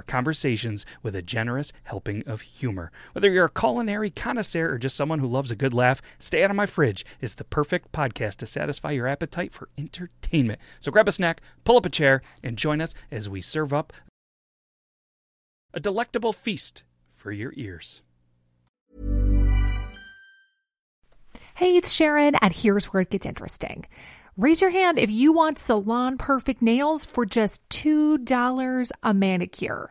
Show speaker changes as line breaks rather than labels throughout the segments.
conversations with a generous helping of humor. Whether you're a culinary connoisseur or just someone who loves a good laugh, Stay Out of My Fridge is the perfect podcast to satisfy your appetite for entertainment. So grab a snack, pull up a chair, and join us as we serve up a delectable feast for your ears.
Hey, it's Sharon, and here's where it gets interesting. Raise your hand if you want salon perfect nails for just $2 a manicure.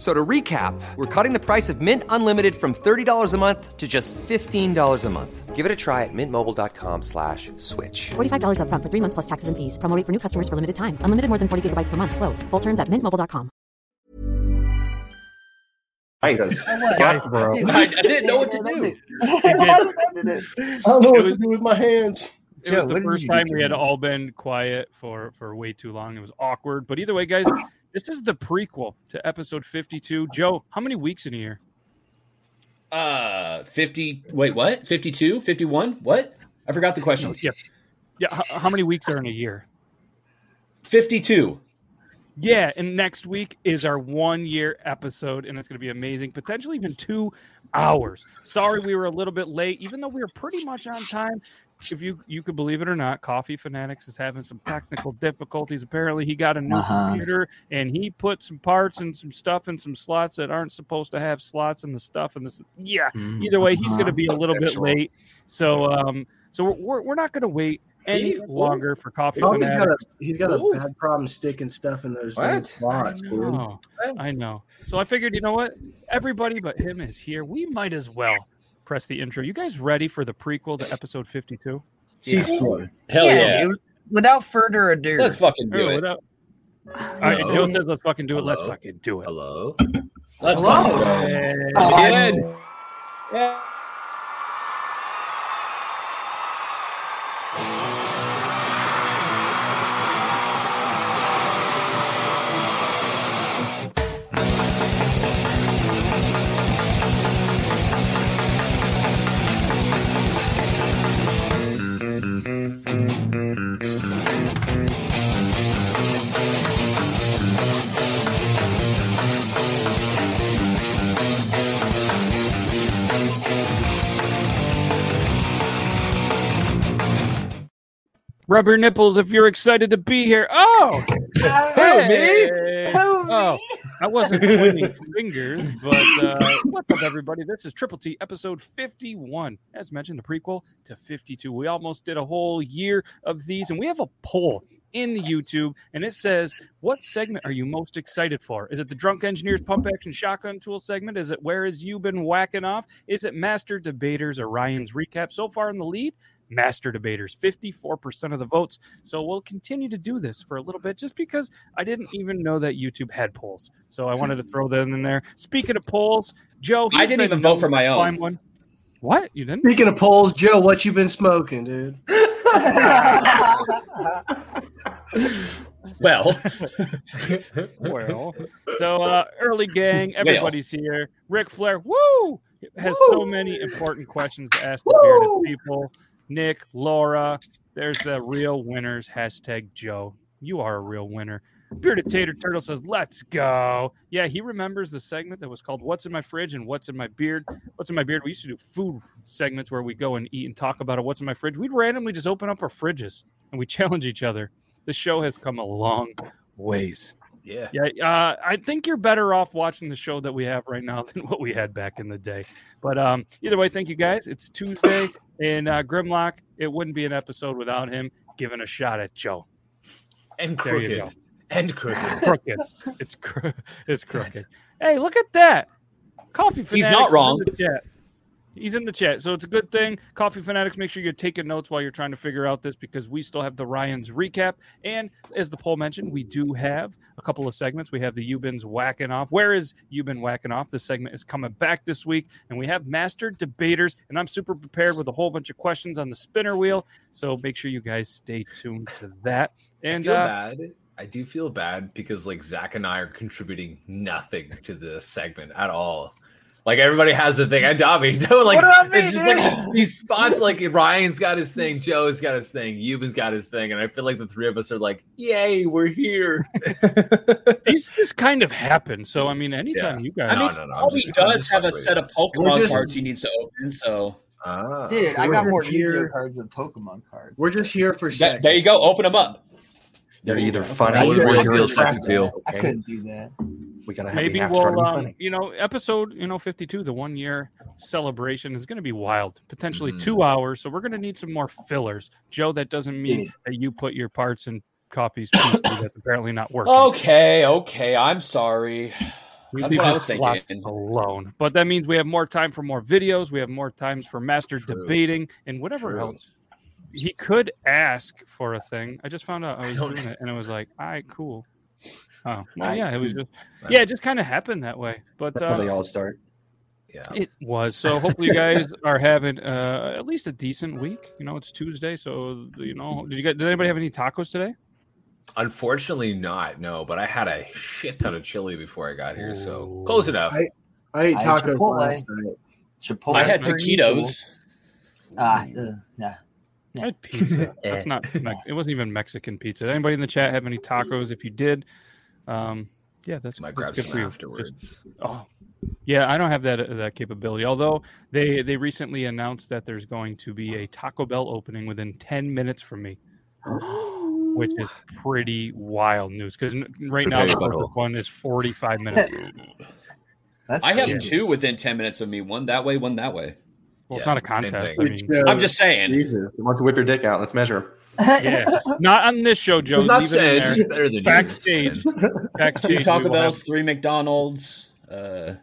So to recap, we're cutting the price of Mint Unlimited from $30 a month to just $15 a month. Give it a try at mintmobile.com slash switch.
$45 upfront for three months plus taxes and fees. Promo rate for new customers for limited time. Unlimited more than 40 gigabytes per month. Slows. Full terms at mintmobile.com.
I
I, I didn't know what to do.
don't know what
what to
to do with my hands.
It was the first time we had all been quiet for for way too long. It was awkward. But either way, guys, this is the prequel to episode 52. Joe, how many weeks in a year?
Uh, 50. Wait, what? 52? 51? What? I forgot the question.
Yeah. Yeah, how, how many weeks are in a year?
52.
Yeah, and next week is our one year episode, and it's going to be amazing. Potentially even two hours. Sorry, we were a little bit late, even though we were pretty much on time. If you you could believe it or not, Coffee Fanatics is having some technical difficulties. Apparently, he got a new
Uh-huh.
computer and he put some parts and some stuff in some slots that aren't supposed to have slots in the stuff. And this, yeah.
Mm-hmm.
Either way, he's going to be a little bit
Sexual.
late. So, um, so we're we're, we're not going to wait any
Ooh.
longer for Coffee
Oh, he's
Fanatics.
got a he's got
Ooh.
a bad problem sticking stuff in those
What?
little spots,
I
dude.
know. I know. So I figured, you know what? Everybody but him is here. We might as well press the intro. You guys ready for the prequel to episode 52?
Cease flowing.
Hell yeah.
dude. Without further ado.
Let's fucking do
All right,
it.
what up? All right,
Hello?
Joe says, let's fucking do it. Let's
Hello?
fucking do it.
Hello? Let's
Hello?
fucking go.
I-
Good. Yeah.
Rub your nipples if you're excited to be here. Oh!
Who, me?
Hey! Oh, I wasn't pointing fingers, but uh, what's up, everybody? This is Triple T episode 51. As mentioned, the prequel to 52. We almost did a whole year of these, and we have a poll in the YouTube, and it says, What segment are you most excited for? Is it the Drunk Engineers Pump Action Shotgun Tool segment? Is it Where Has You Been Whacking Off? Is it Master Debaters or Ryan's Recap? So far in the lead, master debaters, 54% of the votes. So we'll continue to do this for a little bit just because I didn't even know that YouTube had polls. So I wanted to throw that in there. Speaking of polls, Joe,
I
he's
didn't
been
even vote for
known to
my own.
find One. What? You didn't?
Speaking of polls, Joe, what you been smoking, dude?
Well,
well, so uh, early gang, everybody's here. Ric Flair, woo, has so many important questions to ask the bearded people. Nick, Laura, there's the real winners. Hashtag Joe, you are a real winner. Bearded Tater Turtle says, "Let's go." Yeah, he remembers the segment that was called "What's in My Fridge" and "What's in My Beard." What's in my beard? We used to do food segments where we go and eat and talk about it. What's in my fridge? We'd randomly just open up our fridges and we challenge each other. The show has come a long ways.
yeah.
Yeah, uh, I think you're better off watching the show that we have right now than what we had back in the day. But um, either way, thank you guys. It's Tuesday, and uh, Grimlock. It wouldn't be an episode without him giving a shot at Joe.
And
There you
crooked. And crooked.
Crooked. it's cr- it's crooked. Hey, look at that. Coffee fanatics.
He's
is
not wrong.
In the chat. He's in the chat, so it's a good thing. Coffee fanatics, make sure you're taking notes while you're trying to figure out this because we still have the Ryan's recap, and as the poll mentioned, we do have a couple of segments. We have the Ubin's whacking off. Where is Ubin whacking off? This segment is coming back this week, and we have master debaters, and I'm super prepared with a whole bunch of questions on the spinner wheel. So make sure you guys stay tuned to that. And
I feel
uh,
bad. I do feel bad because like Zach and I are contributing nothing to this segment at all. Like everybody has the thing. I Dobby, no, like
What about me,
it's just like these spots. Like Ryan's got his thing, Joe's got his thing, Euban's got his thing, and I feel like the three of us are like, "Yay, we're here!"
these just kind of happen. So I mean, anytime
Yeah.
you guys,
I mean,
no, no, I'm
Toby
just- I'm
does
just
have a
frustrated.
set of
We're
Pokemon
just-
cards he needs to open. So
Ah,
Dude, I got
We're
more
just
Yu-Gi-Oh
here-
cards than Pokemon cards.
We're just here for
that,
sex.
there you go. Open them up.
They're either
I
funny
couldn't-
or
I
your real
couldn't
sense
do
of appeal.
that. I
Okay,
couldn't do that.
we gotta have we
maybe
have to try to
we'll,
be
um,
funny.
you know, episode you know fifty two, the one year celebration is going to be wild. Potentially
Mhm.
two hours, so we're going to need some more fillers. Joe, that doesn't mean
Dude.
that you put your parts in coffee's piece. that's apparently not working.
Okay, okay. I'm sorry.
We
That's
leave
what I
his
was thinking.
slots alone. But that means we have more time for more videos. We have more times for master
True.
debating and whatever
True.
else. He could ask for a thing. I just found out I was
don't-
doing it, and it was like, "All right, cool." Oh, well,
Right.
yeah, it was just,
Right.
yeah, it just kind of happened that way. But
That's how they
uh,
all start.
yeah.
it was so. Hopefully, you guys are having uh, at least a decent week. You know, it's Tuesday, so you know. Did you guys? Did anybody have any tacos today?
Unfortunately, not no. But I had a shit ton of chili before I got here, so
Ooh.
close enough.
I- I ate
I ate
tacos
Chipotle.
last night.
Chipotle.
I had
per usual.
taquitos.
Ah, uh, yeah.
I had pizza.
Eh.
That's not. Me- it wasn't even Mexican pizza. Did anybody in the chat have any tacos? If you did, um, yeah, that's
Might
that's
grab
good for
some
you.
afterwards.
Just- oh, yeah, I don't have that uh, that capability. Although they they recently announced that there's going to be a Taco Bell opening within ten minutes from me, which is pretty wild news. Because right now the
Debatable.
closest one is forty five minutes.
That's
I have
good.
two within ten minutes of me. One that way, one that way.
Well, it's
Yeah,
not a
same
contest.
thing.
I mean,
uh,
I'm just saying.
Jesus, wants to whip your dick out. Let's measure him.
yeah, not on this show, Joe.
I'm not
Leave it in
saying
there.
it's better than you.
Backstage. Backstage,
Two
we
Taco
will have-
Bells, three McDonald's. Uh,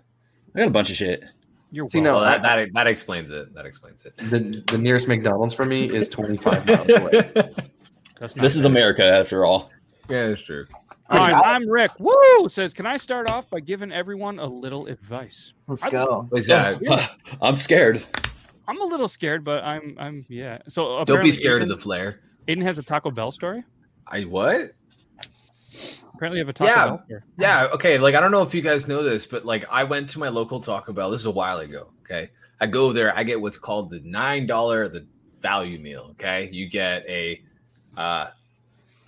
I got a bunch of shit.
You're
See, no,
Well, that, that that explains it. That explains it.
The the nearest McDonald's from me is 25 miles away.
That's not
This is America, after all.
Yeah, that's true.
All right,
Dude, I-
I'm Rick. Woo! Says, can I start off by giving everyone a little advice?
Let's
I-
go.
I'm scared.
I'm a little scared, but I'm, I'm, yeah. So
don't
apparently
be scared of
Aiden,
the flare.
Aiden has a Taco Bell story.
I what?
Apparently, you have a Taco
Yeah.
Bell story.
Yeah, okay. Like I don't know if you guys know this, but like I went to my local Taco Bell. This is a while ago. Okay, I go there. I get what's called the nine dollar the value meal. Okay, you get a uh,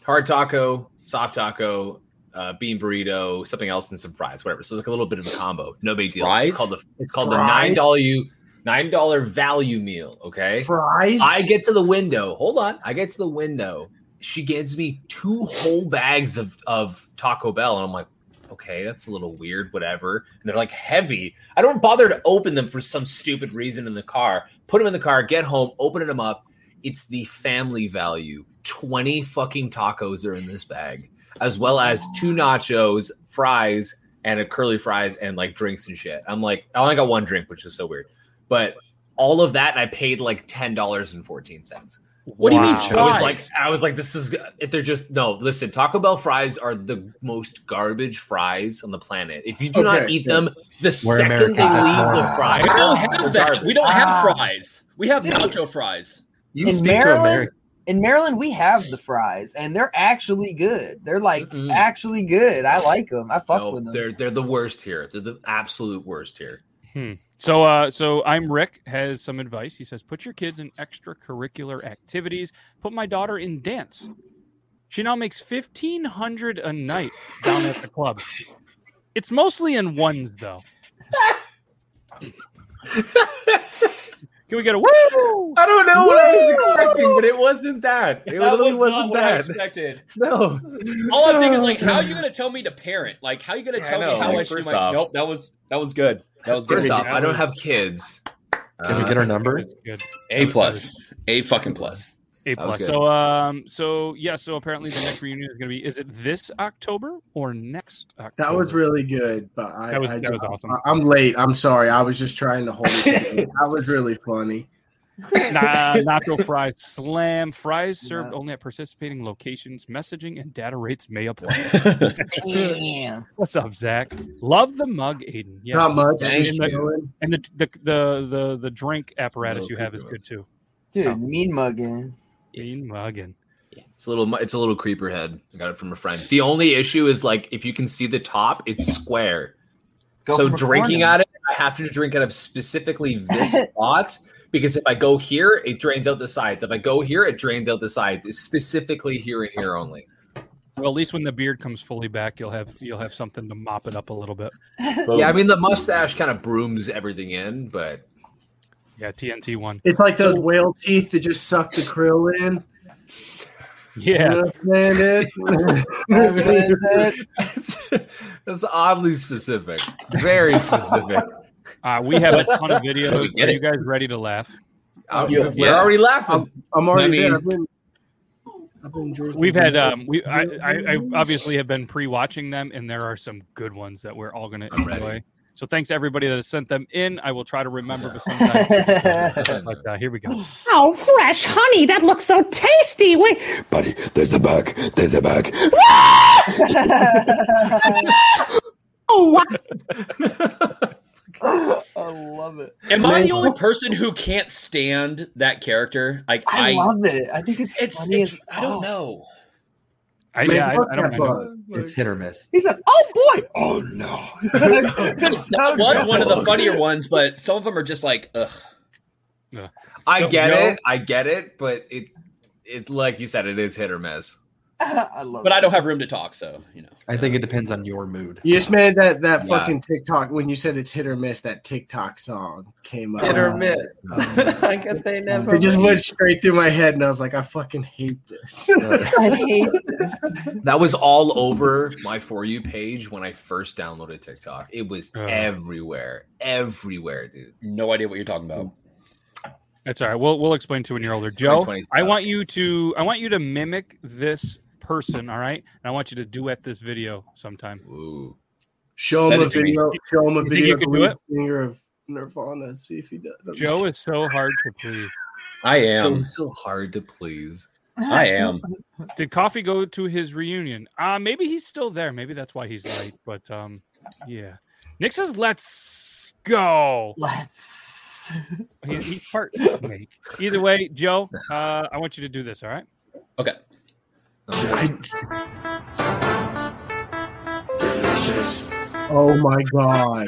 hard taco, soft taco, uh, bean burrito, something else, and some fries, whatever. So it's like a little bit of a combo. No big deal.
Fries?
It's called the it's called the
Fries?
nine dollar you nine dollar value meal. Okay,
Fries.
I get to the window. Hold on. I get to the window. She gives me two whole bags of, of Taco Bell. And I'm like, okay, that's a little weird, whatever. And they're like heavy. I don't bother to open them for some stupid reason in the car. Put them in the car, get home, open them up. It's the family value. 20 fucking tacos are in this bag, as well as two nachos, fries, and a curly fries and like drinks and shit. I'm like, I only got one drink, which is so weird. But all of that, and I paid like ten dollars and fourteen cents. What
do you mean
I was
fries?
like, I was like, this is if they're just no. Listen, Taco Bell fries are the most garbage fries on the planet. If you do not
Okay,
eat
yeah.
them, the second
American.
they
Ah.
leave the fries,
We don't have that. We don't have Ah. fries.
We have
nacho fries.
You
in
speak to
Maryland,
America.
in Maryland, we have the fries, and they're actually good. They're like actually good. I like them. I fuck
No,
with them.
Oh, they're they're the worst here. They're the absolute worst here.
Hmm. So, uh, so I'm Rick. Has some advice. He says, "Put your kids in extracurricular activities. Put my daughter in dance. She now makes fifteen hundred a night down at the club. It's mostly in ones, though. Can we get a woo?
I don't know what I was expecting, but it wasn't that. It
that
literally
was
wasn't
not what I
that.
expected.
No.
All I'm thinking is like, how are you gonna tell me to parent? Like, how are you gonna
Yeah, I
tell
know.
me how
Like,
I should do
first
my?
off-
nope, that was that was good. That was
First
good.
off, I don't have kids. Uh,
Can we get
Uh,
her number? A plus, a fucking plus,
A plus. So, um, so yeah. So apparently, the next reunion is going to be—is it this October or next October?
That was really good, but I,
That was-
I,
that was awesome.
I, am late. I'm sorry. I was just trying to hold it. together. that was really funny.
nah, nacho fries slam. Fries served only at participating locations. Messaging and data rates may apply.
Damn.
What's up, Zach? Love the mug, Aiden. Yes.
Not much. Thank
And, the,
you.
and the, the the the the drink apparatus you have is
Located.
good too.
Dude, mean mugging.
Mean mugging.
It's a little. mu- It's a little creeper head. I got it from a friend. The only issue is like if you can see the top, it's square.
Go
so
from a
drinking
corner.
out of it, I have to drink out of specifically this spot because if I go here, it drains out the sides. If I go here, it drains out the sides. It's specifically here and here only.
Well, at least when the beard comes fully back, you'll have you'll have something to mop it up a little bit.
Yeah, I mean the mustache kind of brooms everything in, but
yeah, TNT one.
It's like those whale teeth that just suck the krill in.
Yeah.
That's it.
That's oddly specific. Very specific.
Uh, we have a ton of videos.
We get
Are you
it.
guys ready to laugh?
Uh, Yeah. we're already laughing.
I'm, I'm already
I mean-
there. I've been, I've been drinking.
We've had um, we I, I, I obviously have been pre-watching them, and there are some good ones that we're all going to enjoy. So thanks to everybody that has sent them in. I will try to remember, but sometimes. but uh, here we go.
Oh, fresh honey, that looks so tasty. Wait,
Buddy, there's a bug. There's a bug.
oh, wow.
I love it.
Am I the only person who can't stand that character? Like
I
I,
love it. I think it's, funny as
I don't
fuck.
know.
I,
Man,
yeah, I,
fuck
I don't
that
know.
It's hit or miss.
He said, "Oh boy, oh no." That's so
That was one of the
dumb.
funnier ones, but some of them are just like, ugh.
I
Don't
get
know.
it. I get it, but it it's like you said, it is hit or miss.
I love
But I don't have room to talk, so you know.
I think it depends on your mood.
You just made that that
Yeah.
fucking TikTok when you said it's hit or miss. That TikTok song came up.
Hit
Oh,
or miss. I guess they never.
It just went straight through my head, and I was like, I fucking hate this.
I hate this.
That was all over my for you page when I first downloaded TikTok. It was everywhere, everywhere, dude.
No idea what you're talking about.
That's all right. We'll we'll explain to you when you're older, Joe.
2020
I want you to I want you to mimic this person. All right, and I want you to duet this video sometime.
Ooh.
Show him a video. Show him a
You think
video.
you
of the
can do
lead
it?
singer of Nirvana. See if he does.
Joe is so hard to please.
I am.
so hard to please.
I am.
Did Coffee go to his reunion? Uh maybe he's still there. Maybe that's why he's late. But um, yeah. Nick says, "Let's go."
Let's.
He's, he's part snake. Either way, Joe, uh, I want you to do this. All right.
Okay.
Delicious. Oh my god.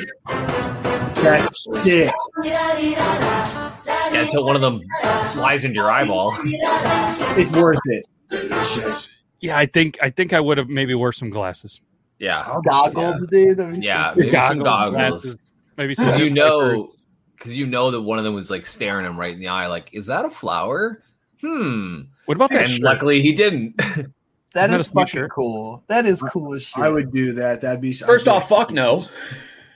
That's sick.
Yeah, until one of them flies into your eyeball.
It's worth it.
Yeah, I think I think I would have maybe wore some glasses.
Oh
Yeah.
Goggles, dude. That'd be
Yeah,
so
maybe
good.
some goggles.
glasses, maybe some
because you
newspapers.
know, because you know that one of them was like staring him right in the eye, like, "Is that a flower?" Hmm.
What about that
And
shirt?
luckily, he didn't.
That
Isn't
is
that a
fucking
t-shirt?
cool. That is cool as shit.
I would do that. That'd be
First
Oh,
off, fuck no.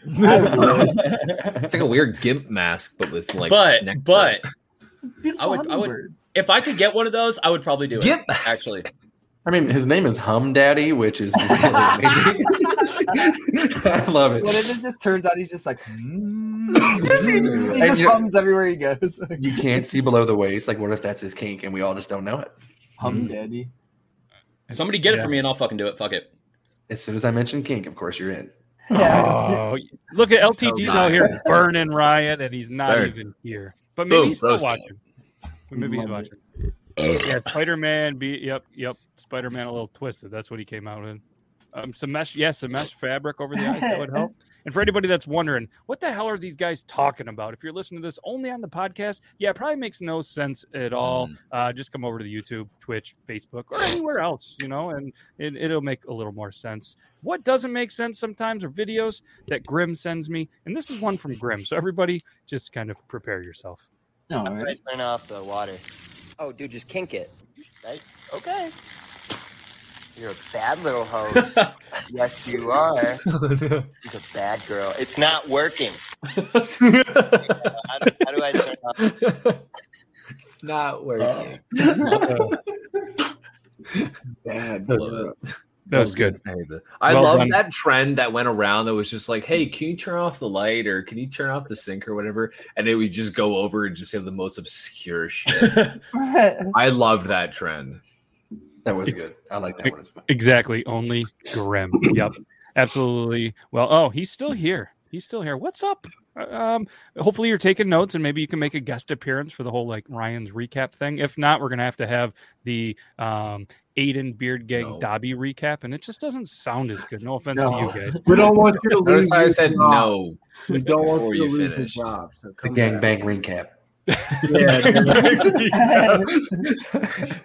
it's like a weird gimp mask, but with like.
but
neck-
but I would I would if I could get one of those, I would probably do it. Actually,
I mean, his name is Hum Daddy, which is really amazing. I love it.
But then it just turns out he's just like, mm, he just
you know-
hums everywhere he goes.
You can't see below the waist. Like, what if that's his kink and we all just don't know it?
Mm.
Mm.
Hum daddy.
Somebody get it
Yeah.
for me and I'll fucking do it. Fuck it.
As soon as I mention kink, of course you're in.
Oh, look at LTD's
So
out here
nice.
burning Riot, and he's not
Burn.
even here. But maybe
Boom,
he's still
roasted.
watching. Maybe he's
Love
watching. yeah, Spider Man. Be yep, yep. Spider Man a little twisted. That's what he came out in. Um, some mesh, yes, some mesh fabric over the eyes that would help. And for anybody that's wondering, what the hell are these guys talking about? If you're listening to this only on the podcast, yeah, it probably makes no sense at all. Uh, just come over to the YouTube, Twitch, Facebook, or anywhere else, you know, and it, it'll make a little more sense. What doesn't make sense sometimes are videos that Grim sends me, and this is one from Grim. So everybody, just kind of prepare yourself.
No,
turn off the water. Oh, dude, just kink it. Right? Okay. You're a bad little hose. yes, you are.
Oh,
She's a bad girl. It's not working. how, do, how do I turn off?
It's not working. Bad look.
That was good.
I
Well
love
done.
that trend that went around that was just like, hey, can you turn off the light or can you turn off the sink or whatever? And it would just go over and just have the most obscure shit. I loved that trend.
That was good. I like that one as well.
Exactly. Only Grim. yep. Absolutely. Well, oh, he's still here. He's still here. What's up? Uh, Um, hopefully you're taking notes and maybe you can make a guest appearance for the whole like Ryan's recap thing. If not, we're gonna have to have the um Aiden Beard Gang Dobby recap, and it just doesn't sound as good. No offense
No.
to you guys.
We don't want you to lose your job. We don't want
Before
you to
you
lose
finish.
your job. So
The
come back.
gangbang recap.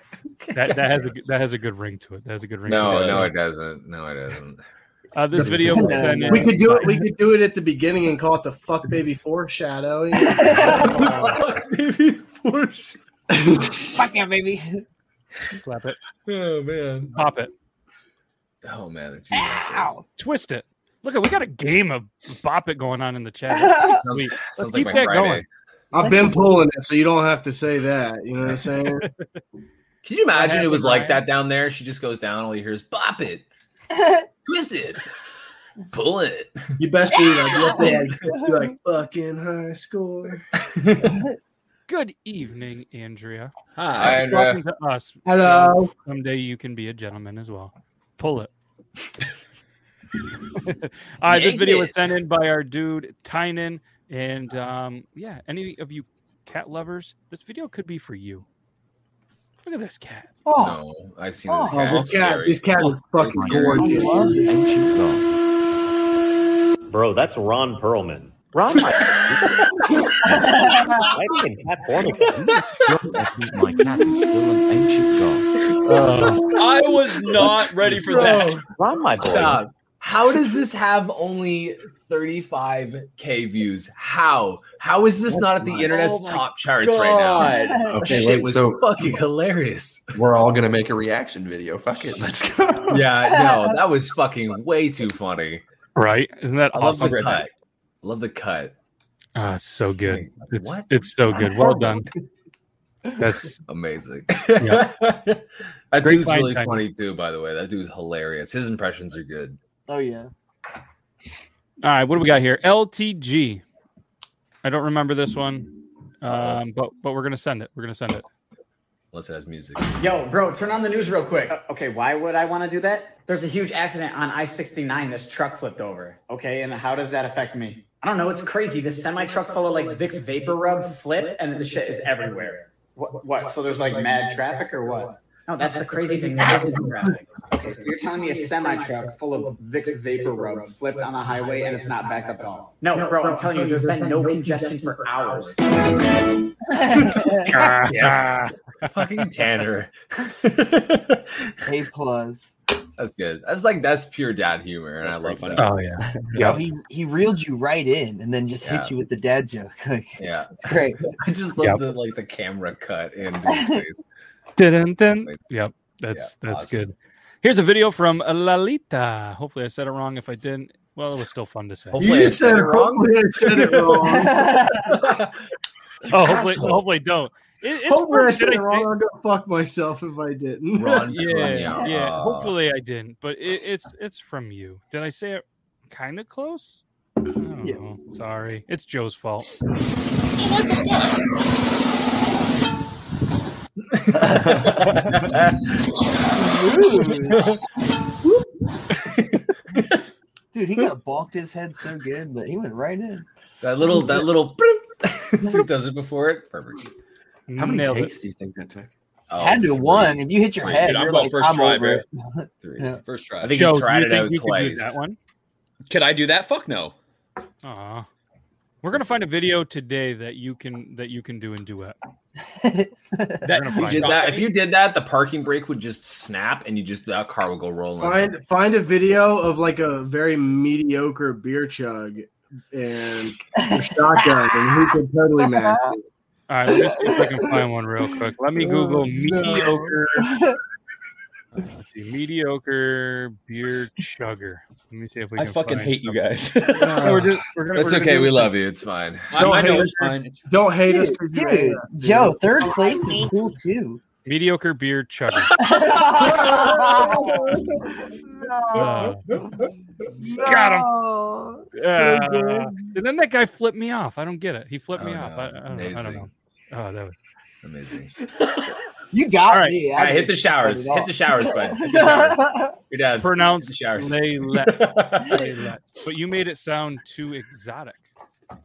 That, that has a good- that has a good ring to it. That has a good ring. to
No,
it.
no, it doesn't. No, it doesn't.
Uh, this video was sent in.
We could do it. We could do it at the beginning and call it the "fuck baby foreshadowing." fuck baby foreshadowing.
Fuck yeah, baby.
Slap it.
Oh man.
Pop it.
Oh man.
Twist it. Look at we got a game of bop it going on in the chat. That's
Sounds-
sweet. Let's
sounds like
keep
my
that
Friday.
going.
I've been pulling it, so you don't have to say that. You know what I'm saying?
Can you imagine it was
happened,
like that down there? She just goes down, all you hear is bop it, twist it, pull it.
You best be like, you have to, like, be like fucking high score.
Good evening, Andrea.
Hi,
Thanks for
Andrea.
Talking to us.
Hello.
So Someday you can be a gentleman as well. Pull it. uh, this
Yank
video was
it.
sent in by our dude Tynan, and um, yeah, any of you cat lovers, this video could be for you. Look at this cat.
No, I've seen this
Oh,
cat.
this cat-
Scary.
this cat is fucking gorgeous.
Bro, that's Ron Perlman. Ron, I think in cat form. My cat is still an ancient god.
I was Uh, not ready for that.
Bro.
Ron, my boy.
Stop. How does this have only 35k views? How? How is this not at the internet's
Oh my
top charts right
God.
now?
Okay,
Oh, Shit
wait,
was
so-
fucking hilarious.
We're all gonna make a reaction video. Fuck it, let's go.
Yeah, no, that was fucking way too funny.
Right? Isn't that
I
awesome?
love the cut. Love the cut.
Ah, it's so good. It's,
what?
it's so good. Well done. That's
amazing.
Yeah.
That
Great
dude's
find,
really
Tyler.
funny too, by the way. That dude's hilarious. His impressions are good.
Oh yeah.
All right, what do we got here? LTG. I don't remember this one, um, but but we're gonna send it. We're gonna send it.
Unless it has music.
Yo, bro, turn on the news real quick. Uh, okay, why would I want to do that? There's a huge accident on I 69. This truck flipped over. Okay, and how does that affect me? I don't know. It's crazy. This semi truck full of like Vicks vapor rub flipped, and the shit is everywhere. What? What? So there's like mad traffic or what? No, that's, the crazy thing. There is traffic. Okay, so you're telling me a semi truck full of Vicks vapor rub flipped on a highway and it's not backed up at all? No, bro, I'm telling you, there's been no congestion for hours.
Ah.
Yeah. Fucking Tanner.
A plus.
That's good. That's like that's pure dad humor, and I love
pretty
that.
funny. Oh,
yeah.
No, he he reeled you right in and then just
Yeah.
hit you with the dad joke. Like,
Yeah.
it's great.
I just love the like the camera cut in these days.
Dun, dun. Yep, that's
Yeah,
that's
awesome.
good. Here's a video from uh, Lalita. Hopefully, I said it wrong. If I didn't, well, it was still fun to say.
you just said it wrong. I said it wrong.
Oh, hopefully,
Asshole.
hopefully don't. It, it's
Hopefully, I
pretty-
said
did
it wrong. I'll go fuck myself if I didn't.
Ron
yeah, yeah.
Uh,
Hopefully, I didn't, but it, it's it's from you. Did I say it kind of close? yeah. Sorry. It's Joe's fault.
Dude, he got bonked his head so good, but he went right in.
That little, that little. so he does it before it. Perfect.
How many
Nailed it.
takes do you think that took?
Oh,
Had to be one. If you hit your
Three.
head,
Dude, I'm
you're
going
like,
first
I'm
try,
over it.
bro.
Three.
First try.
I think
Joe,
he tried
you
it
think
out
you could do
twice.
that one?
Could I do that? Fuck no.
Aw. We're gonna find a video today that you can that you can do in duet.
That, if, you
find
did
out.
that, if you did that, the parking brake would just snap, and you just that car would go rolling.
Find find a video of like a very mediocre beer chug and a shotgun, and he could totally match. it.
All right, let me see if I can find one real quick. Let me Google mediocre. Uh, let's see, mediocre beer chugger. Let me see if we.
I
Can
fucking
find
hate you
something.
guys.
No, we're just- we're gonna-
It's
we're gonna
okay.
do
We
it.
love you. It's fine.
Don't hate us.
Don't hate us,
Dude,
you hate us,
dude, Joe, third place is cool too.
Mediocre beer chugger.
Oh.
Uh,
Got
him. Uh, and then that guy flipped me off. I don't get it. He flipped me
Oh,
off.
no.
I, I, don't know, I don't
Amazing.
know. Oh, that was
amazing.
You got me.
All right, hit the showers. Hit the showers, bud. Hit the showers. You're done.
Pronounce
Hit the showers.
Leilette. Leilette. But you made it sound too exotic.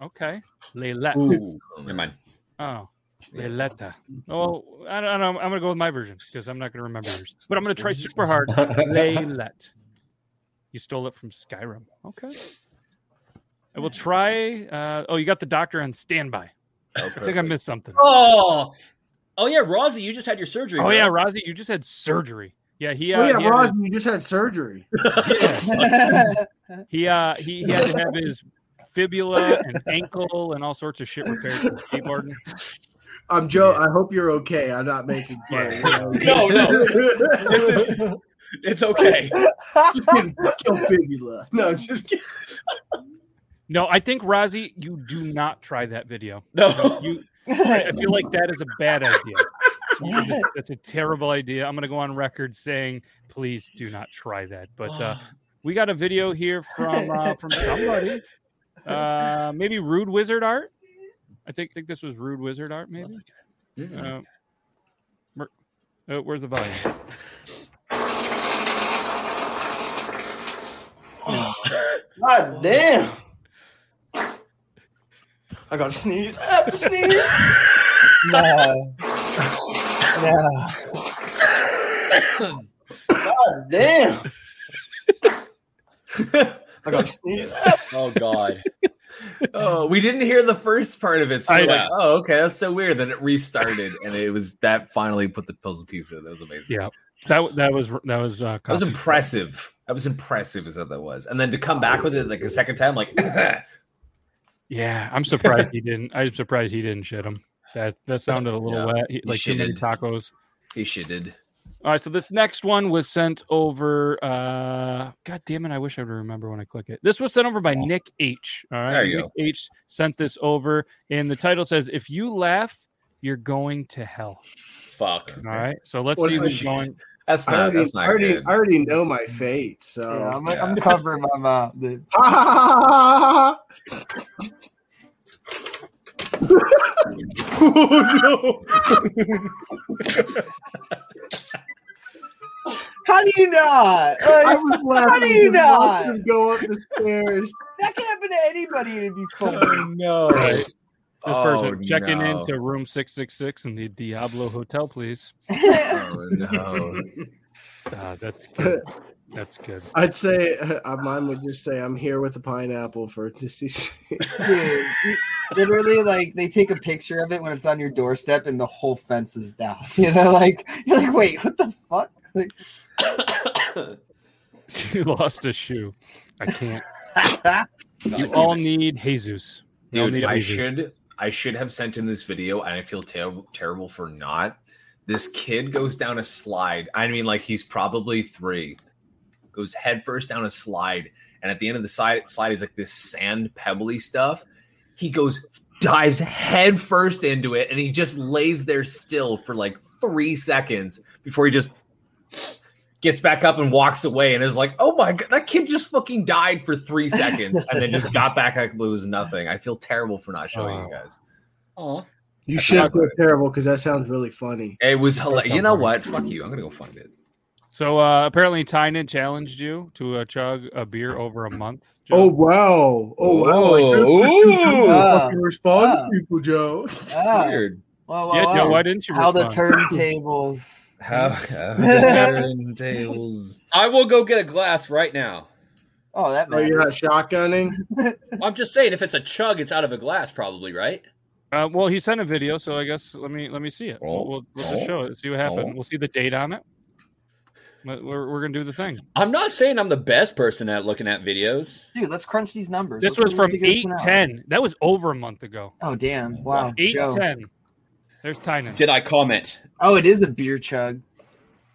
Okay. Leilette.
Ooh, never mind.
Oh. Leiletta. Oh, I don't, I don't know. I'm going to go with my version because I'm not going to remember yours. But I'm going to try super hard. Leilette. You stole it from Skyrim. Okay. I will try. Uh, oh, you got the doctor on standby. I think I
perfect.
missed something.
Oh, oh yeah, Rosie, you just had your surgery.
Oh
bro.
yeah, Rosie, you just had surgery. Yeah, he. Uh,
oh yeah,
he had
Roz,
his-
you just had surgery.
he uh he, he had to have his fibula and ankle and all sorts of shit repaired from skateboarding.
I'm Joe. I hope you're okay. I'm not making fun. you know?
No, no. This is it's okay.
just kidding. Kill fibula. No, just kidding.
No, I think Rosie, you do not try that video.
No.
you. I feel like that is a bad idea. You- That's a terrible idea. I'm going to go on record saying, please do not try that. But uh, we got a video here from uh, from somebody. Uh, maybe Rude Wizard Art. I think think this was Rude Wizard Art. Maybe. Uh, mer- uh, where's the volume?
God damn.
I got to sneeze.
I have to sneeze. No. No. God damn.
I got to sneeze.
Oh God.
Oh, we didn't hear the first part of it. So
I
we're
know.
like, oh, okay, that's so weird. Then it restarted, and it was that finally put the puzzle piece in. That was amazing.
Yeah, that that was that was uh,
That was
copy.
impressive. That was impressive, is what that was. And then to come back with it like a second time, like that
Yeah, I'm surprised he didn't. I'm surprised he didn't shit him. That that sounded a little
Yeah,
wet, he,
he
like too many
shitted.
tacos.
he shitted.
All right, so this next one was sent over. Uh, God damn it! I wish I would remember when I click it. This was sent over by Nick H. All right,
There you
Nick
go.
H. sent this over, and the title says, "If you laugh, you're going to hell."
Fuck.
All right, so let's
What
see
is
who's
she-
going.
That's
I
not.
already,
That's
I
not
already,
good.
I already know my fate. So
Yeah, I'm, I'm covering my mouth, dude.
oh no!
How do you not?
I
Like,
was laughing.
how do you
because I
not?
could Go up the stairs.
That can happen to anybody and it'd be funny.
no.
All right. This person
Oh,
checking
no.
into room six six six in the Diablo Hotel, please.
Oh, no.
Uh, that's good. That's good.
I'd say uh, mine would just say, "I'm here with a pineapple for to see."
Dude, you- literally, like they take a picture of it when it's on your doorstep and the whole fence is down. You know, like you're like, wait, what the fuck? Like,
She lost a shoe. I can't. You all need Jesus. You all
Dude,
need
I
Jesus.
should I should have sent him this video, and I feel ter- terrible for not. This kid goes down a slide. I mean, like he's probably three. Goes headfirst down a slide, and at the end of the side slide is like this sand pebbly stuff. He goes dives headfirst into it, and he just lays there still for like three seconds before he just gets back up and walks away and is like, oh my God, that kid just fucking died for three seconds and then just got back like it was nothing. I feel terrible for not showing you guys.
Oh,
You
That's
should
not
feel terrible because that sounds really funny.
It was hilarious. You know what? Fuck you. I'm going to go find it.
So uh, apparently, Tynan challenged you to uh, chug a beer over a month.
Oh wow! Oh wow!
Ooh.
Fucking respond, to people, Joe.
Ah.
Weird.
Wow, wow,
Yeah, Joe,
wow.
why didn't you
How the
respond?
turntables.
How
I will go get a glass right now.
Oh, that
Oh, you're not shotgunning.
I'm just saying, if it's a chug, it's out of a glass, probably, right?
Uh, well, he sent a video, so I guess let me let me see it. We'll, we'll, we'll just
Oh.
show it, see what
Oh.
happened. We'll see the date on it. But We're, we're gonna do the thing.
I'm not saying I'm the best person at looking at videos.
Dude, let's crunch these numbers.
This
Let's
was
see when
from
we figure this
eight
one out.
ten. That was over a month ago.
Oh damn! Wow.
Eight
Joe.
ten. There's Tynan.
Did I comment?
Oh, it is a beer chug.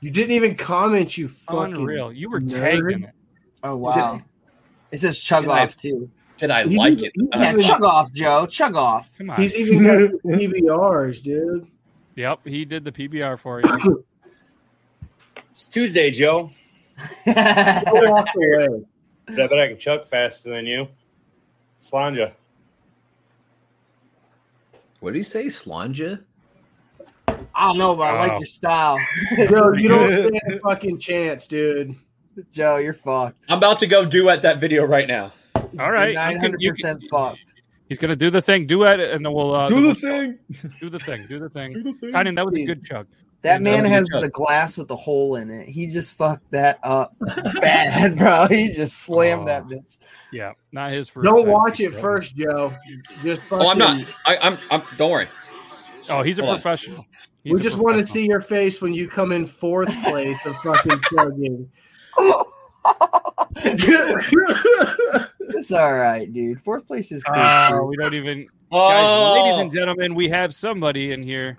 You didn't even comment. You fucking
Unreal. You were
nerd.
tagging it.
Oh wow. It says chug
Did I-
off too.
Did I
He
like
didn't-
it?
he
Uh,
Yeah,
didn't-
chug off, Joe. Chug off.
Come
He's even got PBRs, dude.
Yep, he did the PBR for you.
It's Tuesday, Joe.
Go walk away.
I bet I can chuck faster than you. Slanja.
What did he say? Slanja?
I don't know, but I like
Oh.
Wow.
your style.
Joe, you don't stand a fucking chance, dude.
Joe, you're fucked.
I'm about to go duet that video right now.
All right,
nine
you can-
hundred
you can-
percent fucked.
He's gonna do the thing, do it, and then we'll uh,
Do
then
the
we'll-
thing.
do the thing, do the thing.
Do the thing.
Tynan, that was a good chug.
That man
was a
has
good
the
chug.
glass with the hole in it. He just fucked that up bad, bro. He just slammed that bitch.
Yeah, not his first.
Don't
time.
watch it first, Joe. Just fucking.
Oh, I'm not. I, I'm. I'm. Don't worry.
Oh, he's a
Hold on.
professional. He's
we
a
just want to see your face when you come in fourth place of fucking chugging.
It's all right, dude. Fourth place is cool.
Oh,
too.
we don't even.
Oh.
Guys, ladies and gentlemen, we have somebody in here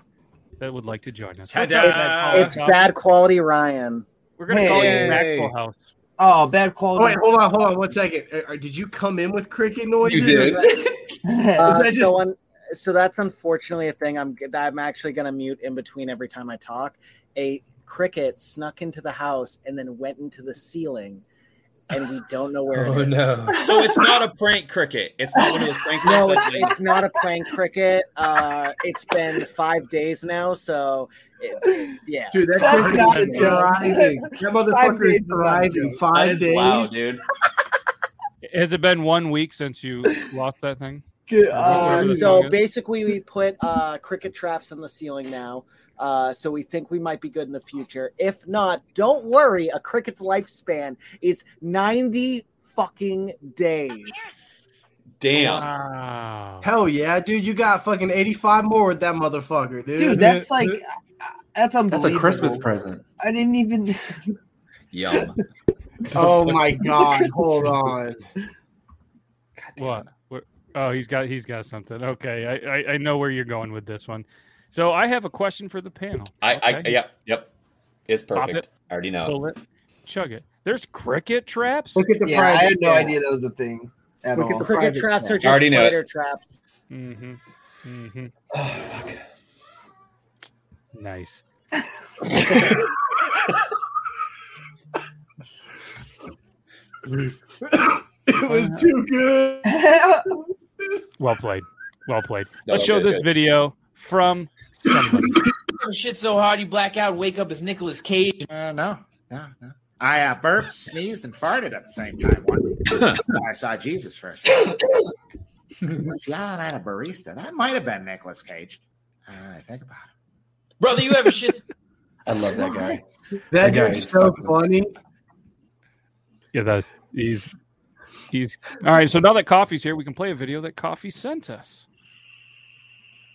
that would like to join us. What's up, Matt?
It's, it's bad quality Ryan.
We're gonna call
Hey.
you Maxwell House.
Oh, bad
Oh,
quality.
wait, hold on, hold on, one second. Uh, uh, Did you come in with cricket noises?
You did.
Uh,
that just-
so, un- so that's unfortunately a thing. I'm that I'm actually going to mute in between every time I talk. A cricket snuck into the house and then went into the ceiling, and we don't
Oh,
know where. it
Oh,
is.
So it's not a prank cricket. It's not one of those prank
No,
crickets.
it's,
that
it's not a playing cricket. Uh, it's been five days now, so it, yeah.
Dude, that
Five
cricket
days
is
now.
thriving. That motherfucker is
days is not
thriving.
good.
That
Five
is
days.
loud, dude.
Has it been one week since you lost that thing?
Good-
Uh,
Whatever the
so
song is?
basically, we put uh, cricket traps on the ceiling now. Uh, so we think we might be good in the future. If not, don't worry. A cricket's lifespan is ninety fucking days.
Damn.
Hell yeah, dude! You got fucking eighty-five more with that motherfucker, dude.
Dude, that's like that's unbelievable.
Christmas present.
I didn't even.
Yum.
oh my
It's a
god!
Christmas
Hold
present.
on.
What? what? Oh, he's got he's got something. Okay, I, I I know where you're going with this one. So I have a question for the panel.
I, I.
okay?
Yep. Yep. It's
Pop
perfect.
it.
I already know.
Pull it. Chug it. There's cricket traps.
Look at the
Yeah,
prize.
I had no idea that was a thing at
Look at
all.
the
Cricket
Private
traps
trap.
are
I
just
already know it.
spider traps.
Mm-hmm. Mm-hmm.
Oh,
Nice.
It was too good.
Well played. Well played.
No,
Let's show
good,
this
good.
video from somebody.
Shit so hard you black out, wake up as Nicolas Cage. Uh, no, no, no. I uh, burped, sneezed, and farted at the same time once. I saw Jesus first. was yelling at a barista. That might have been Nicolas Cage. Uh, I think about it. Brother, you ever shit?
I love that guy.
That
That guy
dude's
is
so funny.
Yeah, that he's he's all right. So now that coffee's here, we can play a video that coffee sent us.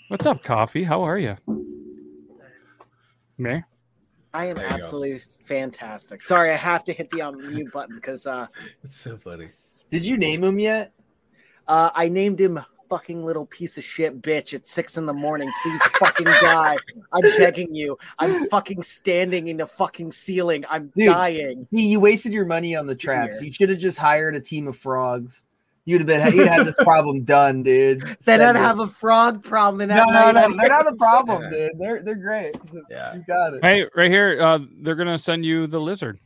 What's up, coffee? How are you? Meh.
I am
There you go.
absolutely fantastic. Sorry, I have to hit the um, mute button because uh,
It's so funny.
Did you name him yet?
uh, I named him fucking little piece of shit bitch at six in the morning. Please fucking die. I'm begging you. I'm fucking standing in the fucking ceiling. I'm
Dude,
dying.
See, you wasted your money on the traps.
Here.
You should have just hired a team of frogs. You'd have been. You'd have this problem done, dude.
They don't
Send it.
have a frog problem. They're
No,
not
no,
like-
no. They're not a problem, dude. They're they're great.
Yeah.
You got it.
Hey, right here, uh, they're gonna send you the lizard.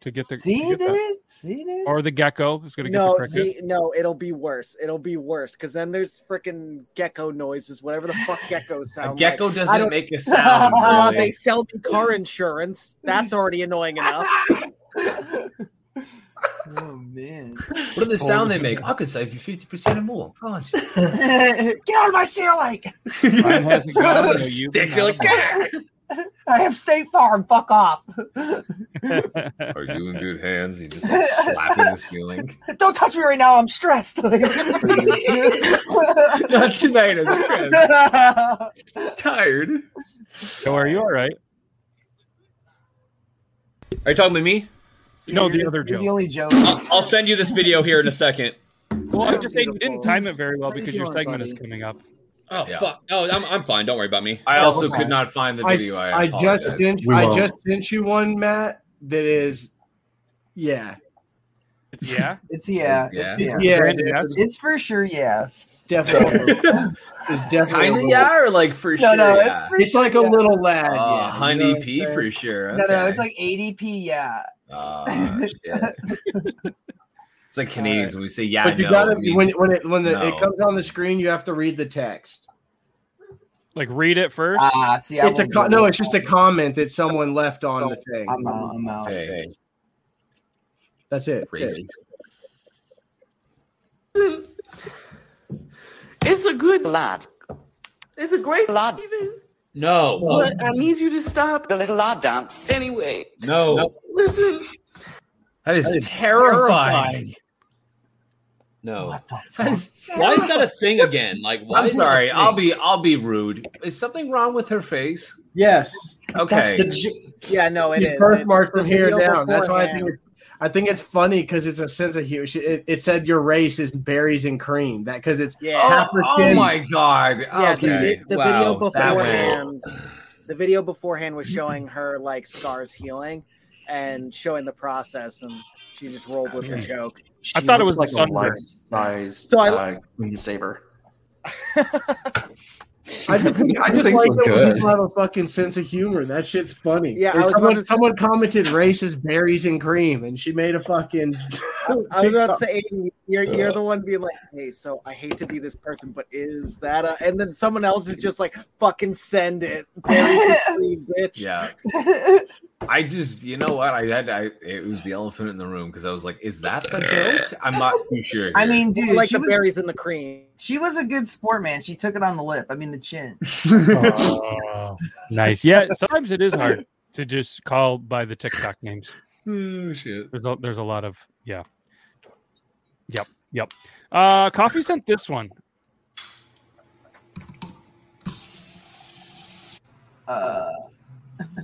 to get the,
See,
to get the-
dude? See, dude?
or the gecko is going to get
No,
the cricket.
see, no, it'll be worse. It'll be worse because then there's freaking gecko noises, whatever the fuck geckos sound.
gecko
like. I
doesn't
don't-
make a sound,
Uh,
really.
They sell me car insurance. That's already annoying enough.
Oh man.
What are the sound they make? I could save you fifty percent or more. I promise you.
Get out of my Cerealite!
That's a stick. You're like,
I have State Farm. Fuck off!
are you in good hands? You just like slapping the ceiling.
Don't touch me right now. I'm stressed.
Not tonight. I'm stressed. Tired.
So are you all right?
Are you talking to me?
No, the other Joe.
the only joke.
I'll, I'll send you this video here in a second.
Well, I'm just saying you didn't time it very well because your
feeling,
segment is coming up.
Oh
Yeah.
fuck! Oh, I'm, I'm fine. Don't worry about me.
I
also could not find
I, I just sent I just sent you one, Matt. That is, yeah,
it's yeah,
it's yeah,
It's yeah.
it's yeah,
Yeah,
It's-
dude, that's-
it's for sure. Yeah,
definitely.
it's
definitely
Kinda yeah, or like for
No,
sure.
no, it's
yeah.
for It's like a sure,
little lag.
Oh,
yeah, you know
honey
what I'm
pee
saying?
for sure.
No, no,
okay.
it's like ADP. Yeah,
Oh, shit. it's like Canadians when we say yeah.
but you
no,
gotta
it means
when when it when the,
no.
it comes on the screen, you have to read the text.
Like read it first.
Ah, see,
it's a co- no, it's just a comment that someone left on
Oh,
the thing.
I'm out. I'm out.
That's it.
Crazy.
It's a good lad. It's a great lad.
No.
But I need you to stop the little lad dance. Anyway,
No.
listen.
That is,
That is
terrifying.
No.
That is
Why is that a thing
What's-
again? Like, why
I'm
is that a
sorry.
thing?
I'll be I'll be rude. Is something wrong with her face?
Yes.
Okay.
yeah, no, it
He's
is.
birthmarked
It's the
from here
video
down. That's why I
beforehand.
think it's, I think it's funny because it's a sense of humor. She- It, it said your race is berries and cream. That because it's
Yeah.
African.
Oh, oh my god.
Yeah, the
okay.
vi- the, video
wow, that went-
beforehand. The video beforehand was showing her like scars healing and showing the process, and she just rolled with
Hmm.
the
Okay.
joke.
She looks like a life size
So I-
uh, Queen Saber.
I just, I
Those
just
things
like
look
that when
good.
people have a fucking sense of humor. That shit's funny.
Yeah, I
Or
was
someone,
about to say-
someone commented race is berries and cream, and she made a fucking.
I was about
TikTok.
to say, Aiden, you're, you're the one being like, hey, so I hate to be this person, but is that a. And then someone else is just like, fucking send it. Berries and cream, bitch.
Yeah. I just, you know what? I had, I it was the elephant in the room because I was like, is that the joke? I'm not too sure.
I
here.
mean, dude,
I like
she
the
was-
berries and the cream.
She was a good sport, man. She took it on the lip. I mean, the chin.
Oh, nice. Yeah, sometimes it is hard to just call by the TikTok names.
Oh shit.
There's a, there's a lot of yeah. Yep, yep. Uh Coffee sent this one.
Uh,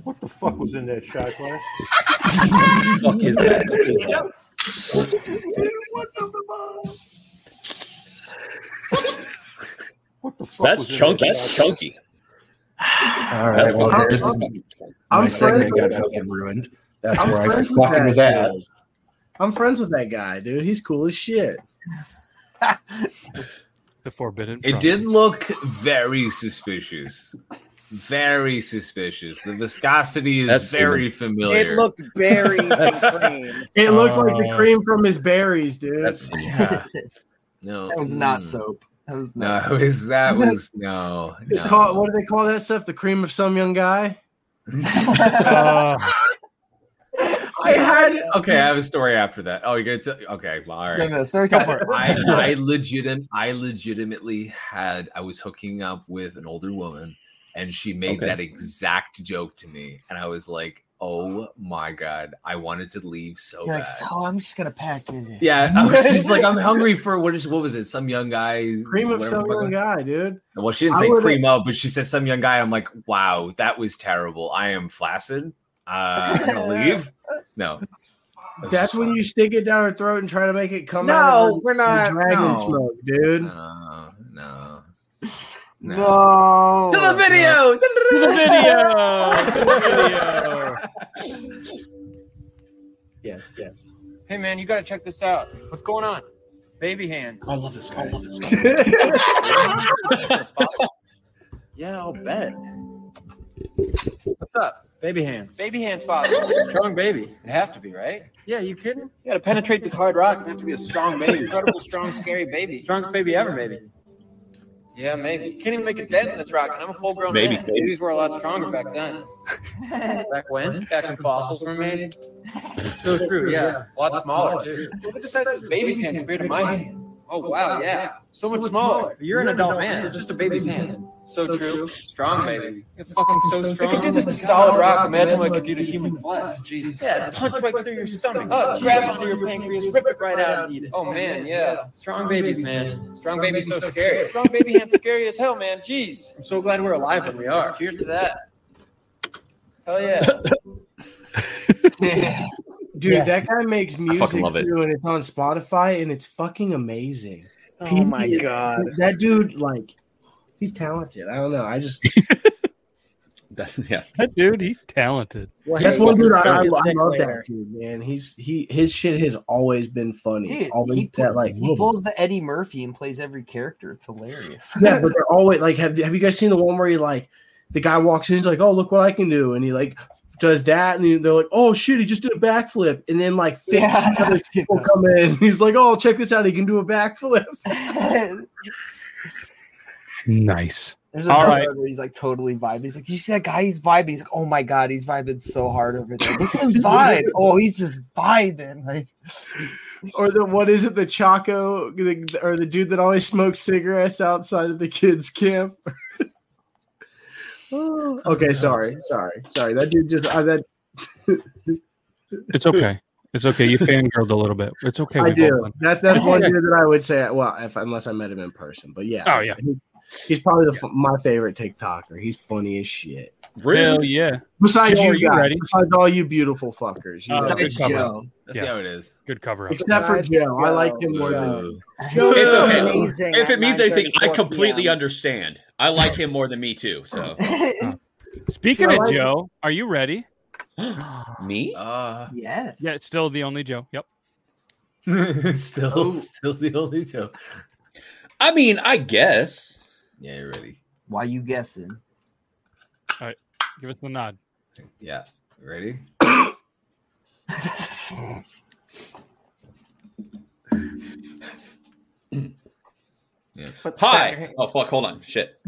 what the fuck was in that shot glass?
fuck is that?
What the fuck
That's
was in
chunky.
that
That's
shot glass?
chunky.
All right,
That's
well,
fucking-
this is-
I'm
my segment
friends
got
with-
fucking ruined. That's
I'm
where I
friends with
fucking
that
was at.
dude. I'm friends with that guy, dude. He's cool as shit.
The forbidden.
It did look very suspicious. Very suspicious. The viscosity is
That's
very familiar.
It looked berries and cream.
It looked like the
Oh.
cream from his berries, dude.
Yeah. No.
That was not
mm.
soap. That was
No,
not.
it
soap.
was that was no.
It's
no.
called what do they call that stuff? The cream of some young guy.
Uh, I had okay. I have a story after that. Oh, you're gonna tell? Okay, well, all right.
No, no, story time.
I, I legit, I legitimately had. I was hooking up with an older woman, and she made
Okay.
that exact joke to me, and I was like, "Oh my god, I wanted to leave so
You're like,
bad."
so I'm just gonna pack it in.
yeah, I was just like, "I'm hungry for what is what was it? Some young guy,
Cream of
whatever the
some
fuck it
young
was."
guy, dude.
Well, she didn't
I
say
would've-
cream up, but she said some young guy. I'm like, wow, that was terrible. I am flaccid. Uh, I'm gonna leave. No,
That's when you stick it down her throat and try to make it come
No,
out. of her-
we're
her
not-
dragon
no.
smoke, dude.
No, no.
No.
To
Oh,
the video. To
the video.
Yes, yes.
Hey man, you gotta check this out. What's going on? Baby hand. I love this guy. I love this guy. yeah, I'll bet. What's up? Baby hands. Baby hand father. Strong baby. You have to be, right? Yeah, you kidding? You gotta penetrate this hard rock. You have to be a strong baby. Incredible, strong, scary baby. Strongest baby ever, maybe. Yeah, maybe. You can't even make a dent in this rock, and I'm a full grown
Maybe,
man.
maybe.
Babies were a lot stronger back then. back when? Back when fossils were made. So true, yeah. A lot smaller, too. Look at the size of this baby's hand compared to my hand. Oh, wow, yeah. So much smaller. You're an adult man. It's just a baby's hand. So true. Strong baby. You're fucking so strong. If I could do this to solid rock, imagine what I could do to human flesh. Jesus. Yeah, punch right through your stomach. Oh, grab onto your pancreas, rip it right out and eat it. Oh, man, yeah. Strong babies, man. Strong babies so scary. Strong baby hand's scary as hell, man. Jeez. I'm so glad we're alive when we are. Cheers to that. Hell yeah.
Dude,
Yes.
that guy makes music
fucking love it.
too, and it's on Spotify, and it's fucking amazing.
Oh
He
my
is-
God.
that dude, like, he's talented. I don't know. I just
That's, yeah,
that dude, he's talented.
that's one dude I, I, I love. That dude, man. He's he his shit has always been funny.
Dude,
it's always
he
that like
He pulls the Eddie Murphy and plays every character. It's hilarious.
yeah, but they're always like, have have you guys seen the one where he like the guy walks in, he's like, oh look what I can do, and he like does that, and they're like, oh shit, he just did a backflip, and then like fifteen
Yeah,
other people come in, he's like, oh check this out, he can do a backflip.
Nice.
There's a
All
part
right.
where he's like totally vibing. He's like, "Did you see that guy? He's vibing. He's like, oh my god, he's vibing so hard over there. Look at him vibe. Oh, he's just vibing. Like,
or the what is it, the Chaco, the, or the dude that always smokes cigarettes outside of the kids' camp. okay, sorry, sorry, sorry. That dude just I, that
It's okay. It's okay. You fangirled a little bit. It's okay.
I
we both
do.
won.
That's that's one dude that I would say. Well, if unless I met him in person, but yeah.
Oh, yeah.
He- he's probably the, f my favorite TikToker. He's funny as shit.
Hell yeah.
Besides
Joe,
you,
are you
guys,
ready?
besides all you beautiful fuckers, you
Uh,
Oh,
guys.
good cover.
That's how it is.
Good cover up.
Except for Joe, I like him more than you.
Joe
it's
is
okay.
amazing
If
at
it means anything, I
9:34
completely
PM.
understand. I like him more than me too. So
uh. Speaking
I
of
like-
Joe, are you ready?
me?
Uh,
yes.
Yeah, it's still the only Joe. Yep.
still, still the only joke.
Oh. I mean, I guess.
Yeah, you're ready.
Why you guessing?
All right. Give us the nod.
Yeah, ready.
Yeah. Hi. Oh fuck! Hold on. Shit.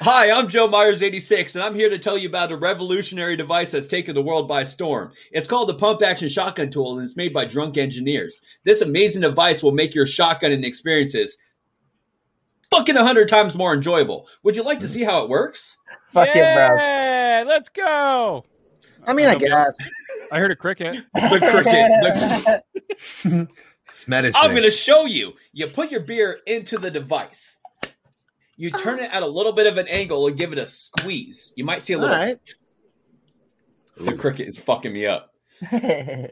Hi, I'm Joe Myers86, and I'm here to tell you about a revolutionary device that's taken the world by storm. It's called the Pump Action Shotgun Tool, and it's made by drunk engineers. This amazing device will make your shotgunning experiences fucking 100 times more enjoyable. Would you like to see how it works?
Fuck
yeah, let's go.
I mean, I guess.
I heard a cricket.
The cricket.
It's medicine.
I'm going to show you. You put your beer into the device. You turn it at a little bit of an angle and give it a squeeze. You might see a little.
All right.
The cricket is fucking me up.
bro.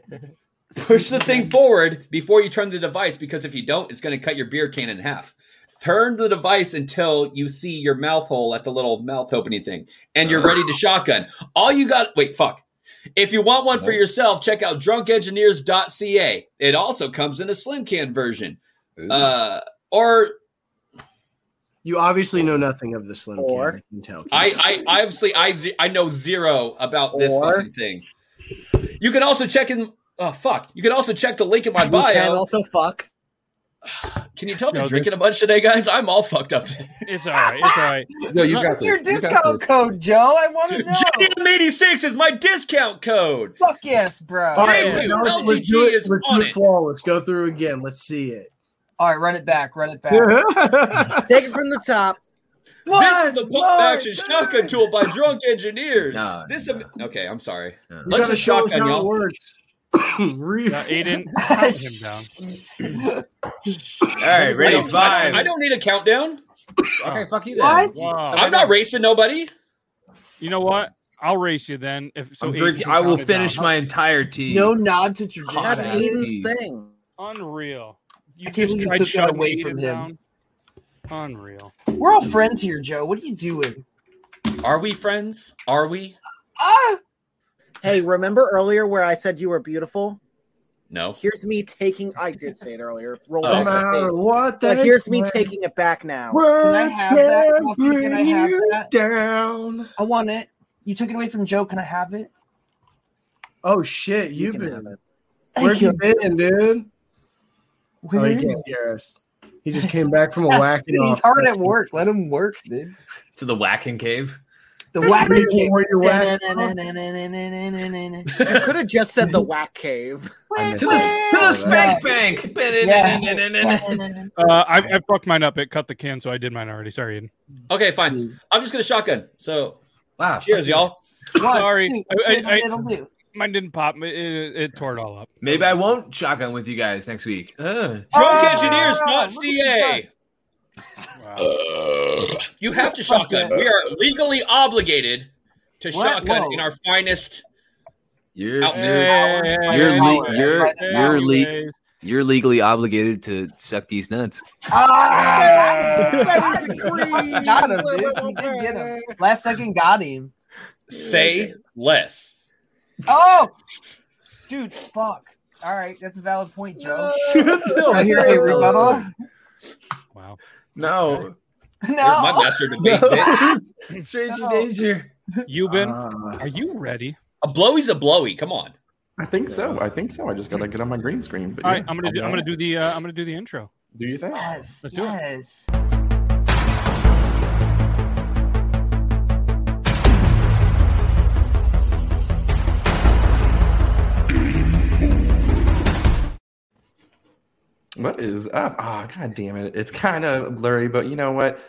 Push the thing forward before you turn the device because if you don't, it's going to cut your beer can in half. Turn the device until you see your mouth hole at the little mouth opening thing, and you're ready to shotgun. All you got, wait, fuck. If you want one for yourself, check out drunkengineers.ca. It also comes in a slim can version. Uh, or
You obviously know nothing of the slim or can, I can tell.
I, I obviously I ze- I know zero about this
Or-
fucking thing. You can also check in. Oh fuck! You can also check the link in my
You
bio.
can also fuck.
Can you tell me
No,
drinking
this-
a bunch today, guys? I'm all fucked up.
It's all right. It's all right.
No, you got
What's your
this. You got
discount
this.
code, Joe? I want to know.
JM86 is my discount code.
Fuck yes, bro.
All right,
Thank you.
now let's, let's
LGG
do it.
is
Let's
on
do it
it.
flawless. Go through again. Let's see it.
All right, run it back. Run it back.
Take it from the top.
this is the pump action shotgun tool by Drunk Engineers.
No,
this am- okay. I'm sorry.
You
Let's
gotta
just
show us
shotgun
how it
y'all.
works.
Now, Uh, Aiden, count him down.
All right,
I
ready.
don't- I
Five.
don't, I don't need a countdown.
Oh.
okay, fuck you.
What?
Then.
Wow.
Somebody-
I'm not racing nobody.
You know what? I'll race you then. If so,
I'm
Aiden
drinking.
can
I will
count it down.
finish my entire tea.
No nod to tradition.
That's Aiden's thing.
Unreal. You
I can't
just
believe you
tried
took that
shutting
away
Aiden
from him.
down? Unreal.
We're all friends here, Joe. What are you doing?
Are we friends? Are we?
Hey, remember earlier where I said you were beautiful?
No.
Here's me taking. I did say it earlier. Roll
Oh,
back
okay.
the tape.
what
But
they
here's me
claim.
taking it back now.
Can I have that? Coffee? Can I have that?
Down.
I want it. You took it away from Joe. Can I have it?
Oh shit, you've
can have
been. Where you been, dude? oh, he
Where is
can't hear us. He just came back from a whacking
Dude,
off.
he's hard at work. Let him work, dude.
to the whacking cave.
The wacky
Where you- where you whack-
You could have just said the whack cave.
To the, to the spank bank.
Uh, I, I fucked mine up. It cut the can, so I did mine already. Sorry, Ian.
Okay, fine. I'm just gonna shotgun. So, wow. Cheers, y'all.
Sorry, I- I- I-
It'll do.
mine didn't pop. It, it, it tore it all up.
Maybe I won't shotgun with you guys next week. Ugh.
Ah,
Drunkengineers.ca. You have to shotgun. We are legally obligated to
What?
shotgun
Whoa.
in our finest.
You're
Out-
you're
Hey,
you're
hey,
le-
hey,
you're
hey, hey,
you're, le-
hey.
you're legally obligated to suck these nuts.
Ah! Got him, dude. You did get him. Last second, got him.
Say less.
Oh, dude, fuck. All right, that's a valid point, Joe.
No.
I hear a rebuttal.
No,
No.
my master debate.
bitch. Stranger
No.
danger.
Euban, are you ready?
A blowy's a blowy. Come on.
Uh, I think so. I think so. I just gotta get on my green screen. But
All
yeah,
right, I'm gonna do, I'm gonna do the uh, I'm gonna do the intro.
Do you think?
Yes.
Let's do it.
yes.
What is up? Ah, god damn it! It's kind of blurry, but you know what?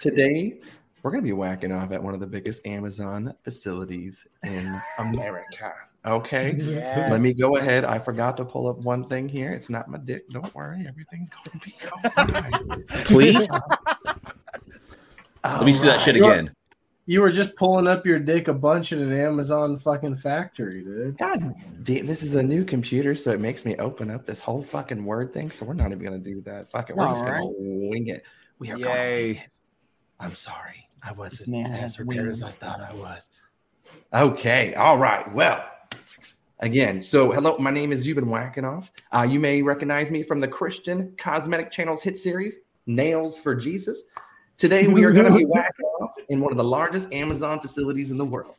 Today we're gonna be whacking off at one of the biggest Amazon facilities in America. Okay,
Yes.
let me go ahead. I forgot to pull up one thing here. It's not my dick. Don't worry, everything's going to be okay.
Please? Let me see that shit again.
You were just pulling up your dick a bunch in an Amazon fucking factory, dude.
God damn, this is a new computer, so it makes me open up this whole fucking word thing. So we're not even gonna do that. Fuck it. We're just gonna
Alright.
wing it. We are Yay. Going. I'm sorry. I wasn't
man
as
has
prepared as I
wings.
thought I was. Okay. All right. Well, again, so hello, my name is Euban Wackenoff. Uh, you may recognize me from the Christian Cosmetic Channels hit series, Nails for Jesus. Today we are going to be whacking off in one of the largest Amazon facilities in the world.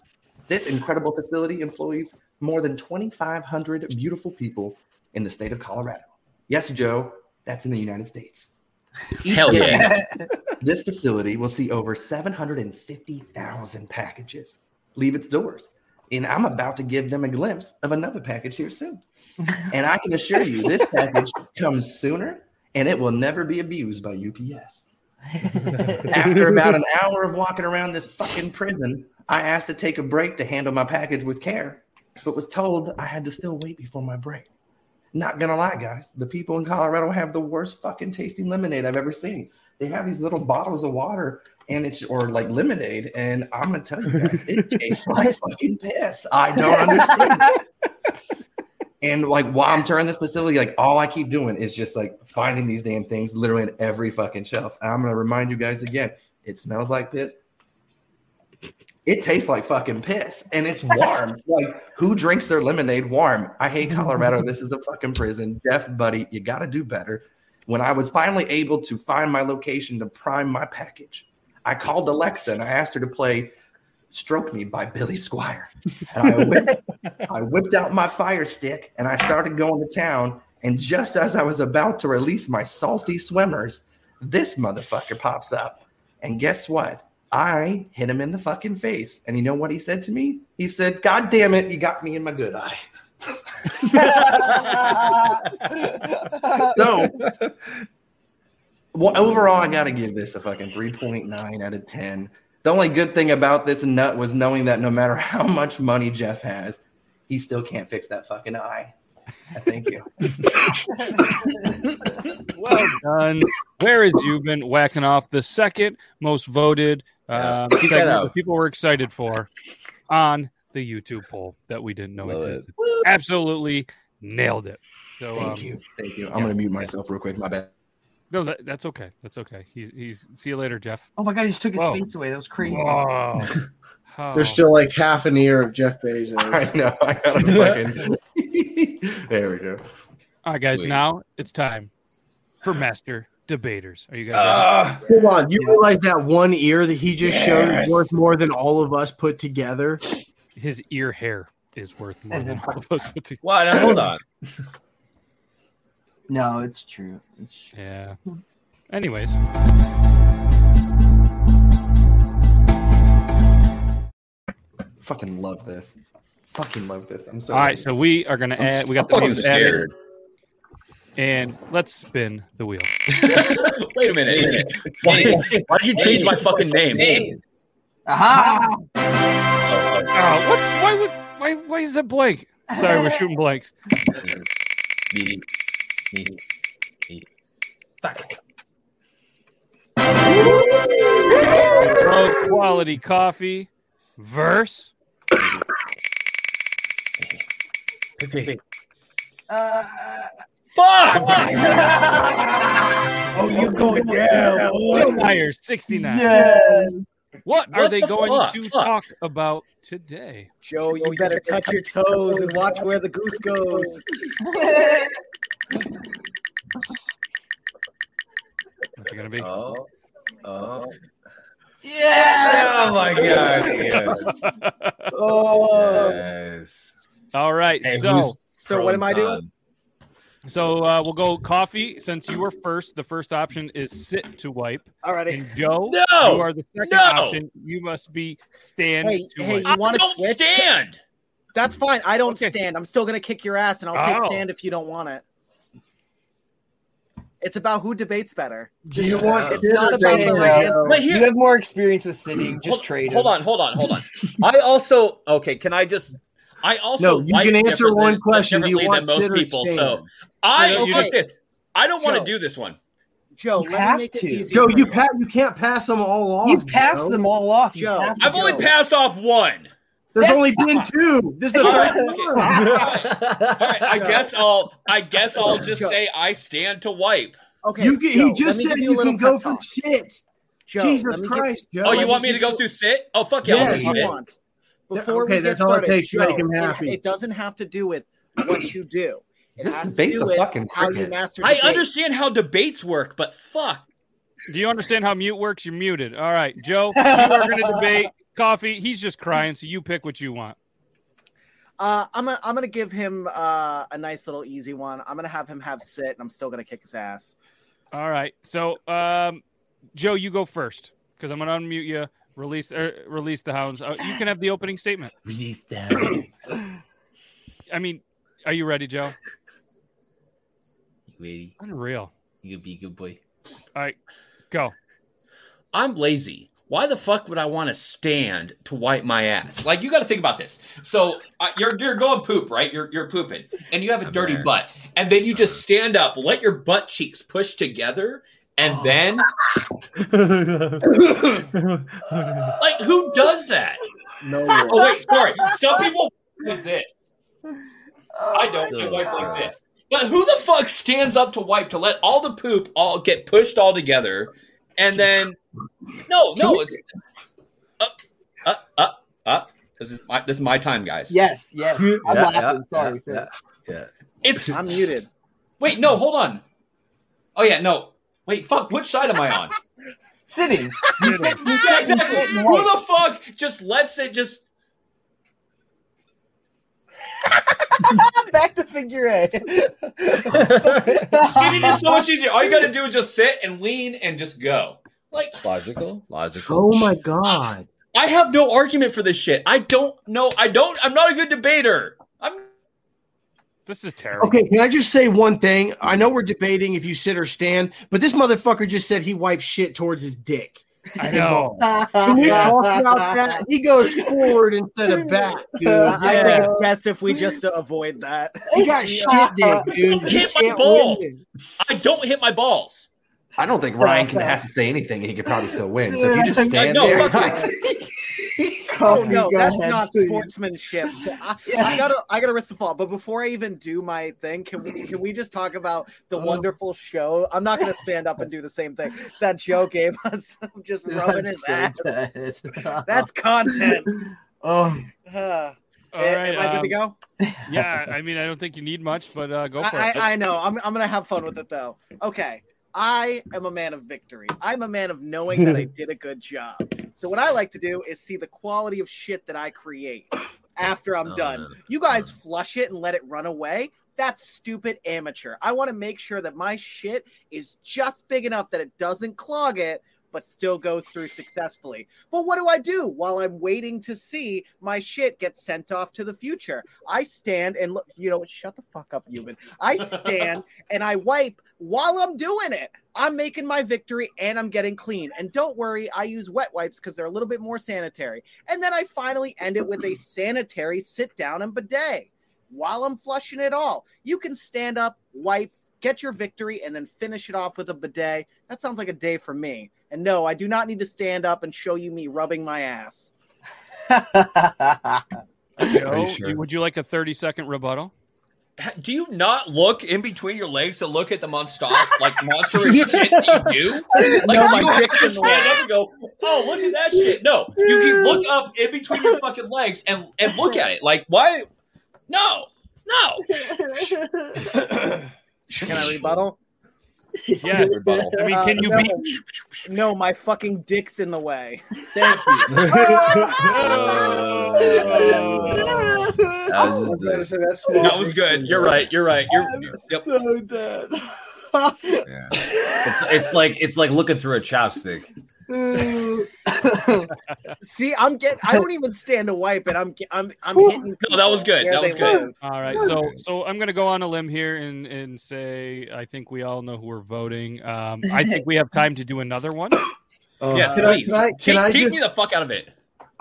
This incredible facility employs more than 2,500 beautiful people in the state of Colorado. Yes, Joe, that's in the United States. Each
Hell
day,
yeah.
this facility will see over 750,000 packages leave its doors. And I'm about to give them a glimpse of another package here soon. And I can assure you, this package comes sooner and it will never be abused by UPS. After about an hour of walking around this fucking prison, I asked to take a break to handle my package with care, but was told I had to still wait before my break. Not gonna lie, guys, the people in Colorado have the worst fucking tasting lemonade I've ever seen. They have these little bottles of water and it's or like lemonade, and I'm gonna tell you guys, it tastes like fucking piss. I don't understand. and like while I'm touring this facility, like all I keep doing is just like finding these damn things literally in every fucking shelf. And I'm gonna remind you guys again, it smells like piss. It tastes like fucking piss and it's warm. like, who drinks their lemonade warm? I hate Colorado. This is a fucking prison. Jeff, buddy, you gotta do better. When I was finally able to find my location to prime my package, I called Alexa and I asked her to play Stroke Me by Billy Squire. And I whipped, I whipped out my fire stick and I started going to town. And just as I was about to release my salty swimmers, this motherfucker pops up. And guess what? I hit him in the fucking face. And you know what he said to me? He said, God damn it, you got me in my good eye. so well, overall, I got to give this a fucking 3.9 out of 10. The only good thing about this nut was knowing that no matter how much money Jeff has, he still can't fix that fucking eye. I thank you.
Well done. Where is Euban whacking off the second most voted
Yeah.
um,
Keep that
segment
out.
that people were excited for on the YouTube poll that we didn't know
Love it.
existed? Absolutely nailed it. So
thank
um,
you. Thank you. I'm going to mute myself real quick. My bad.
No, that, that's okay. That's okay. He's, he's. See you later, Jeff.
Oh my god, he just took his
Whoa.
face away. That was crazy.
Whoa.
There's still like half an ear of Jeff Bezos.
I know. I got to fucking. there we go.
All right, guys.
Sweet.
Now it's time for master debaters. Are you guys? ready?
Hold on. You realize that one ear that he just showed
Yes.
is worth more than all of us put together?
His ear hair is worth more than all of us put together.
Well, now, hold on.
No, it's true. It's true.
Yeah. Anyways.
Fucking love this. Fucking love this. I'm so
All right, so we are gonna
I'm
add. We
s-
got the
I'm fucking
wheels added.
scared.
And let's spin the wheel.
Wait a minute. Wait a minute. Why, why did you change my fucking name?
Aha!
Oh, what? Why would? Why? Why is it blank? Sorry, we're shooting blanks. Pro quality coffee verse.
Oh, you going down?
Joe Meyer, 69.
Yes.
What are
What
they
the
going
fuck?
to
Fuck.
talk about today?
Joe, you better touch your toes and watch where the goose goes.
What's it gonna be?
Oh, oh.
Yeah!
Oh my god. Yes.
Oh.
Yes.
All right.
Hey,
so,
who's So what am I doing? pro-con?
So uh, we'll go coffee. Since you were first, the first option is sit to wipe.
All right.
And Joe,
No!
you are the second
No!
option. You must be stand
Hey,
to
hey,
wipe.
you want to
don't
switch?
stand.
That's fine. I don't stand. I'm still gonna kick your ass, and I'll
Oh.
take stand if you don't want it. It's about who debates better.
Do you want
It's not about the right answer.
Wait, here-
You have more experience with sitting. Just
Hold-
trade.
Hold
him.
on, hold on, hold on. I also okay. Can I just? I also
No, you
like
can answer
different
one
than-
question. Do you
differently
want
than most
sit or
people. So
stand?
I
No, you
fuck
don't.
this. I don't want to
Joe.
do this one.
Joe,
you
let me
have
make
to.
this easy
Joe,
for
you pa- you can't pass them all off. You've passed them
all off.
Joe,
I've only passed off one.
There's only been two. This is the
All right,
first
okay.
one.
All right, I guess I'll. I guess I'll just
Joe.
say I stand to wipe.
Okay,
you can,
Joe,
he
let
just
me
said
give you a
you,
little
can go
pep
for
talk.
shit.
Joe, let
Jesus
me give-
Christ, Joe.
oh, you want me to go through sit? Oh fuck yeah! I'll
Yes,
do sit.
come on.
Before
Okay,
we
that's
get
all it
started,
takes. You
Joe,
gotta make 'em happy.
It, it doesn't have to do with what you do. It
This
has to
debate
do
the
with
fucking
how you
cricket.
master.
I
debate.
understand how debates work, but fuck.
Do you understand how mute works? You're muted. All right, Joe, you are going to debate coffee. He's just crying, so you pick what you want.
Uh, I'm gonna I'm gonna give him uh, a nice little easy one. I'm gonna have him have sit, and I'm still gonna kick his ass.
All right. So, um, Joe, you go first because I'm going to unmute you. Release, er, release the hounds. Uh, you can have the opening statement.
Release them.
I mean, are you ready, Joe?
You ready?
Unreal.
You be a good boy.
All right, go.
I'm lazy. Why the fuck would I want to stand to wipe my ass? Like you got to think about this. So uh, you're you're going poop, right? You're you're pooping, and you have a dirty
there.
butt, and then you just stand up, let your butt cheeks push together, and then like who does that?
No.
Oh wait, sorry. Some people do this. I don't. I wipe like this. But who the fuck stands up to wipe to let all the poop all get pushed all together, and then no, no, it's uh, up, up, up. uh, This is my this is my time, guys.
Yes, yes. I'm
Yeah,
laughing.
yeah,
Sorry,
yeah,
sir.
Yeah.
It's
I'm muted.
Wait, no, hold on. Oh yeah, no. Wait, fuck. Which side am I on?
Sitting.
yeah, exactly. Who the fuck just lets it just?
Back to figure eight.
Sitting is so much easier. All you gotta do is just sit and lean and just go. Like
Logical. Logical.
Oh my god.
I have no argument for this shit. I don't know. I don't. I'm not a good debater. I'm.
This is terrible.
Okay, can I just say one thing? I know we're debating if you sit or stand, but this motherfucker just said he wipes shit towards his dick.
I know.
Oh. Can we talk about that? He goes forward instead of back, dude.
I I think
Yeah.
it's best if we just avoid that.
He got shit dick, dude. He
hit my
can't
ball.
win.
I don't hit my balls.
I don't think Ryan can has to say anything. He could probably still win. So if you just
Dude, I
stand
know,
there,
fuck
Oh
Coffee,
no,
go
that's
ahead,
not
please.
sportsmanship. I, I
Yes.
gotta, I gotta risk the fall. But before I even do my thing, can we, can we just talk about the
Oh.
wonderful show? I'm not gonna stand up and do the same thing that Joe gave us. of just rubbing his ass.
That's
That's content.
Oh,
Uh,
All
Am-
right,
am I good to
um,
go?
yeah, I mean, I don't think you need much, but uh, go for
I,
it.
I, I know. I'm, I'm going to have fun with it, though. Okay. I am a man of victory. I'm a man of knowing that I did a good job. So, what I like to do is see the quality of shit that I create after I'm
Oh,
done. You guys flush it and let it run away. That's stupid amateur. I want to make sure that my shit is just big enough that it doesn't clog it, but still goes through successfully. But what do I do while I'm waiting to see my shit get sent off to the future? I stand and look, you know, what? shut the fuck up, human. I stand and I wipe while I'm doing it. I'm making my victory and I'm getting clean. And don't worry, I use wet wipes because they're a little bit more sanitary. And then I finally end it with a sanitary sit down and bidet while I'm flushing it all. You can stand up, wipe, get your victory, and then finish it off with a bidet. That sounds like a day for me. And no, I do not need to stand up and show you me rubbing my ass.
Joe, you- would you like a 30 second rebuttal?
Do you not look in between your legs to look at the monstrous, like monstrous shit that you do? Like
No,
you
my
have to stand up and go, "Oh, look at that shit!" No, you can look up in between your fucking legs and and look at it. Like why? No, no.
Can I rebuttal?
Yeah.
Rebuttal. I mean, can you
Uh, no,
be-
No, my fucking dick's in the way.
Thank
Uh, you.
That was, good. You're right. You're right. You're yep.
so dead.
It's it's like it's like looking through a chopstick.
See, I'm getting. I don't even stand to wipe, and I'm. ge- I'm. I'm hitting.
No, that was good.
where
That was
they
good.
live.
All right, so so I'm going to go on a limb here and and say I think we all know who we're voting. Um, I think we have time to do another one.
Oh,
yes,
Oh, Can I-
please.
can I-
Keep-
can I
keep
just-
me the fuck out of it.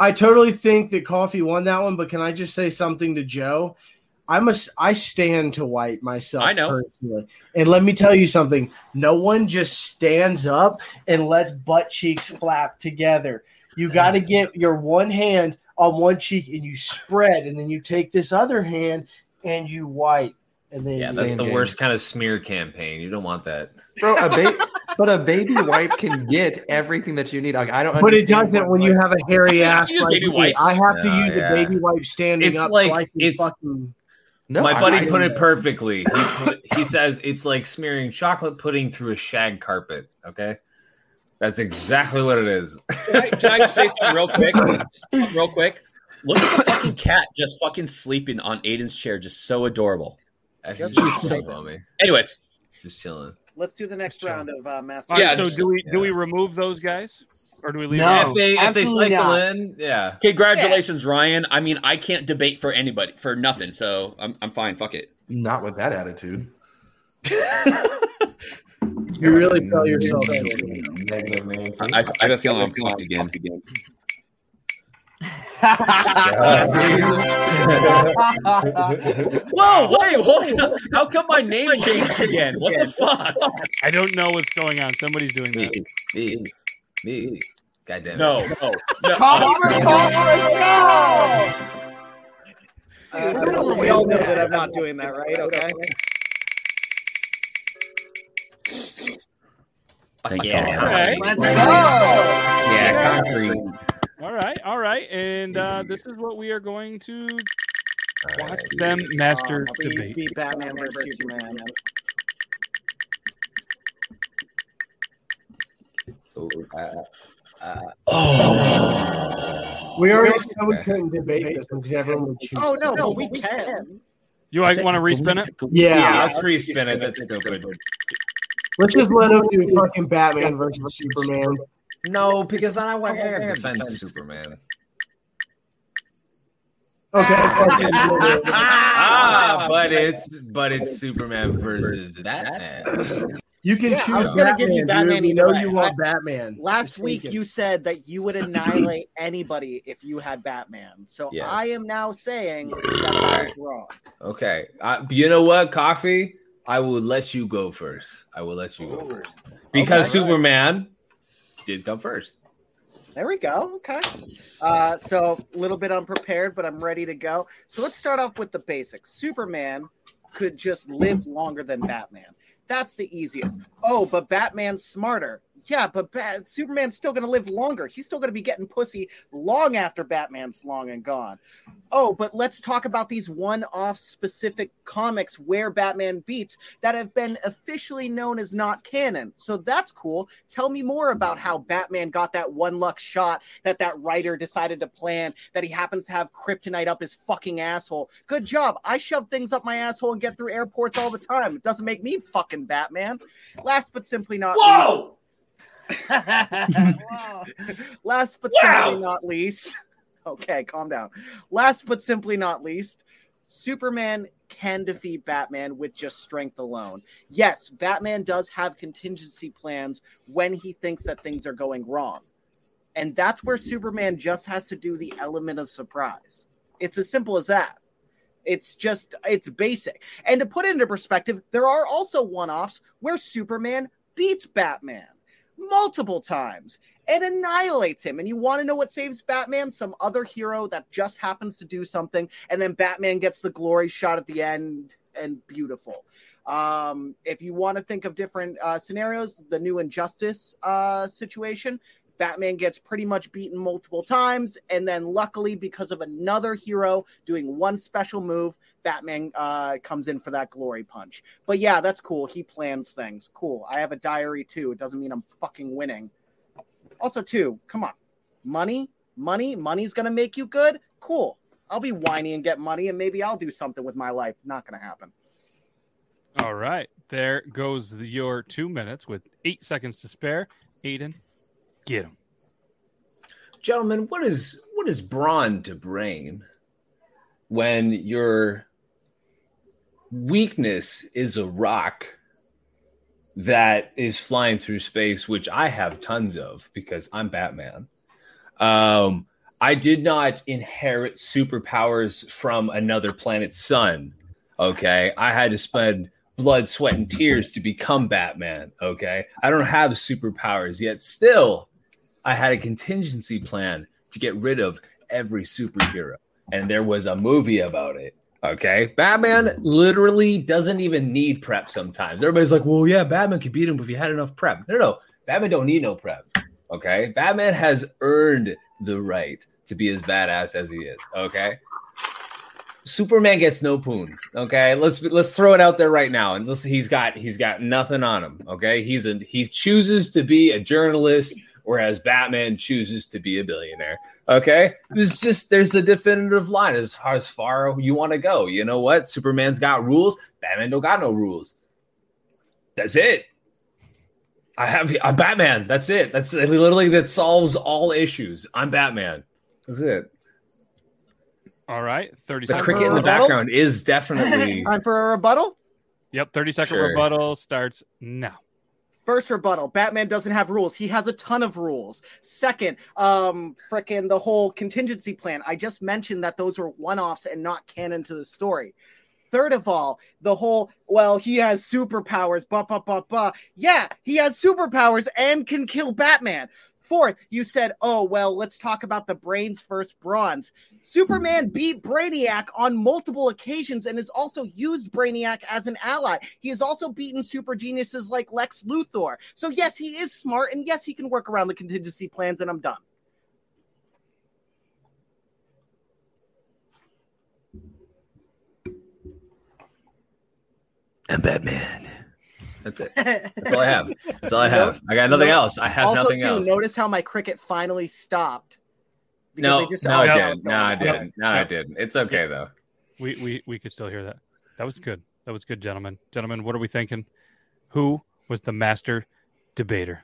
I totally think that Coffee won that one, but can I just say something to Joe? I must. I stand to white myself.
I know.
personally. And let me tell you something. No one just stands up and lets butt cheeks flap together. You got to get your one hand on one cheek and you spread, and then you take this other hand and you white, and then
Yeah,
you
that's the
stand.
worst kind of smear campaign. You don't want that.
Bro, a ba- but a baby wipe can get everything that you need. Like, I don't.
But it
understand
doesn't
what,
when you
like-
have a hairy
I
ass.
think you use
like
baby
me.
wipes.
I have to
Yeah,
use
yeah.
a baby wipe standing
It's
up.
like-
so I can
it's-
fucking.
My
I-
buddy
I-
put it perfectly. He, put- he says it's like smearing chocolate pudding through a shag carpet. Okay, that's exactly what it is.
Can I, can I just say something real quick? Something real quick. Look at the fucking cat just fucking sleeping on Aiden's chair. Just so adorable. She's
She's
so
chilling.
funny. Anyways,
just chilling.
Let's do the next round of uh, master.
All right,
Yeah,
so
just-
do we do we remove those guys or do we leave?
Yeah,
them?
yeah.
Congratulations, Ryan. I mean, I can't debate for anybody for nothing, so I'm, I'm fine. Fuck it.
Not with that attitude.
You really fell yourself.
Negative man.
I, I have a feeling I'm fucked again. again. Whoa, wait, hold on. How come my name changed again? What the fuck?
I don't know what's going on. Somebody's doing that.
Me, me, goddamn.
No,
no,
Uh, we all know that I'm not doing that, right? Okay.
Thank
yeah.
Okay.
Let's
go.
Yeah, concrete.
All right, all right, and uh, this is what we are going to watch
Alright.
them master
Uh, please
debate.
beat Batman versus Superman.
We already said we couldn't debate this one because everyone would choose.
Oh no, no, we can.
You guys want to respin it?
Yeah. Yeah,
let's respin it. That's stupid.
Let's just let him do fucking Batman versus Superman.
No, because I want to defend Superman.
Okay.
ah, but it's but it's Superman versus Batman.
You can
Yeah,
choose.
I was gonna give you Batman
dude. We
either
know
way.
you want Batman.
Last
Just
week
take it.
you said that you would annihilate anybody if you had Batman. So
Yes.
I am now saying that I was wrong.
Okay, uh, you know what, coffee? I will let you go first. I will let you go first because
Okay.
Superman did come first.
There we go. Okay. Uh, so a little bit unprepared, but I'm ready to go. So let's start off with the basics. Superman could just live longer than Batman. That's the easiest. Oh, but Batman's smarter. yeah, but Bat- Superman's still going to live longer. He's still going to be getting pussy long after Batman's long and gone. Oh, but let's talk about these one off specific comics where Batman beats that have been officially known as not canon. So that's cool. Tell me more about how Batman got that one luck shot that that writer decided to plan, that he happens to have kryptonite up his fucking asshole. Good job. I shove things up my asshole and get through airports all the time. It doesn't make me fucking Batman. Last but simply not
Whoa!
least- Last but simply not least, okay, calm down. Last but simply not least, Superman can defeat Batman with just strength alone. Yes, Batman does have contingency plans when he thinks that things are going wrong. And that's where Superman just has to do the element of surprise. It's as simple as that. It's just it's basic. And to put it into perspective, there are also one-offs where Superman beats Batman multiple times and annihilates him. And you want to know what saves Batman? Some other hero that just happens to do something, and then Batman gets the glory shot at the end and beautiful. Um, if you want to think of different uh, scenarios, the new Injustice uh, situation, Batman gets pretty much beaten multiple times, and then luckily, because of another hero doing one special move, Batman uh, comes in for that glory punch. But yeah, that's cool. He plans things. Cool. I have a diary too. It doesn't mean I'm fucking winning. Also, too, come on, money, money, money's gonna make you good. Cool. I'll be whiny and get money, and maybe I'll do something with my life. Not gonna happen.
All right. There goes the- your two minutes with eight seconds to spare. Aiden, get him.
gentlemen, what is what is brawn to brain when your weakness is a rock that is flying through space, which I have tons of because I'm Batman. Um, I did not inherit superpowers from another planet's sun. Okay, I had to spend blood, sweat, and tears to become Batman. Okay, I don't have superpowers yet. Still, I had a contingency plan to get rid of every superhero, and there was a movie about it. Okay, Batman literally doesn't even need prep sometimes. Everybody's like, "Well, yeah, Batman could beat him if he had enough prep." No, no, Batman don't need no prep. Okay, Batman has earned the right to be as badass as he is. Okay, Superman gets no poon. Okay, let's let's throw it out there right now, and let's, he's got he's got nothing on him. Okay, he's a he chooses to be a journalist, whereas Batman chooses to be a billionaire. Okay, this is just there's a definitive line as far as far you want to go. You know what? Superman's got rules. Batman don't got no rules. That's it. I have I'm Batman. That's it. That's literally that solves all issues. I'm Batman. That's it.
All right. 30
The
seconds.
cricket in the background is definitely
Time for a rebuttal.
Yep. 30 second
Sure.
rebuttal starts now.
First rebuttal: Batman doesn't have rules. He has a ton of rules. Second, um, frickin' the whole contingency plan. I just mentioned that those were one-offs and not canon to the story. Third of all, the whole well, he has superpowers. Ba ba ba ba. Yeah, he has superpowers and can kill Batman. Fourth, you said, oh, well, let's talk about the brains first bronze. Superman beat Brainiac on multiple occasions and has also used Brainiac as an ally. He has also beaten super geniuses like Lex Luthor. So, yes, he is smart and yes, he can work around the contingency plans, and I'm done.
I'm Batman. That's it. That's all I have. That's all I have. I got nothing
No-
else. I have
also,
nothing
too,
else.
Notice how my cricket finally stopped. because
No,
they just-
no, I
Oh,
didn't. No, I
Yep.
didn't. No, I
Yep.
didn't. It's okay though.
We, we we could still hear that. That was good. That was good, gentlemen. Gentlemen, what are we thinking? Who was the master debater?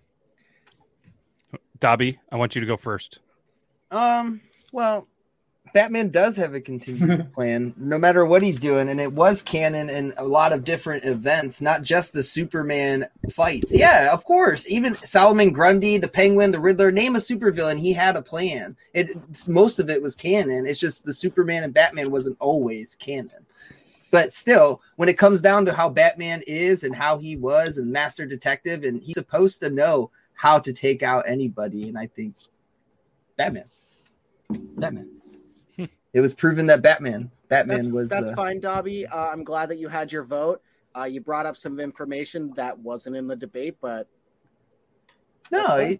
Dobby, I want you to go first.
Um, well, Batman does have a contingency plan, no matter what he's doing, and it was canon in a lot of different events, not just the Superman fights. Yeah, of course. Even Solomon Grundy, the Penguin, the Riddler, name a supervillain, he had a plan. It most of it was canon. It's just the Superman and Batman wasn't always canon. But still, when it comes down to how Batman is and how he was and master detective, and he's supposed to know how to take out anybody, and I think Batman. Batman. it was proven that Batman. Batman
that's,
was
that's
the-
fine, Dobby. Uh, I'm glad that you had your vote. Uh, you brought up some information that wasn't in the debate, but
No, it- no,
you're,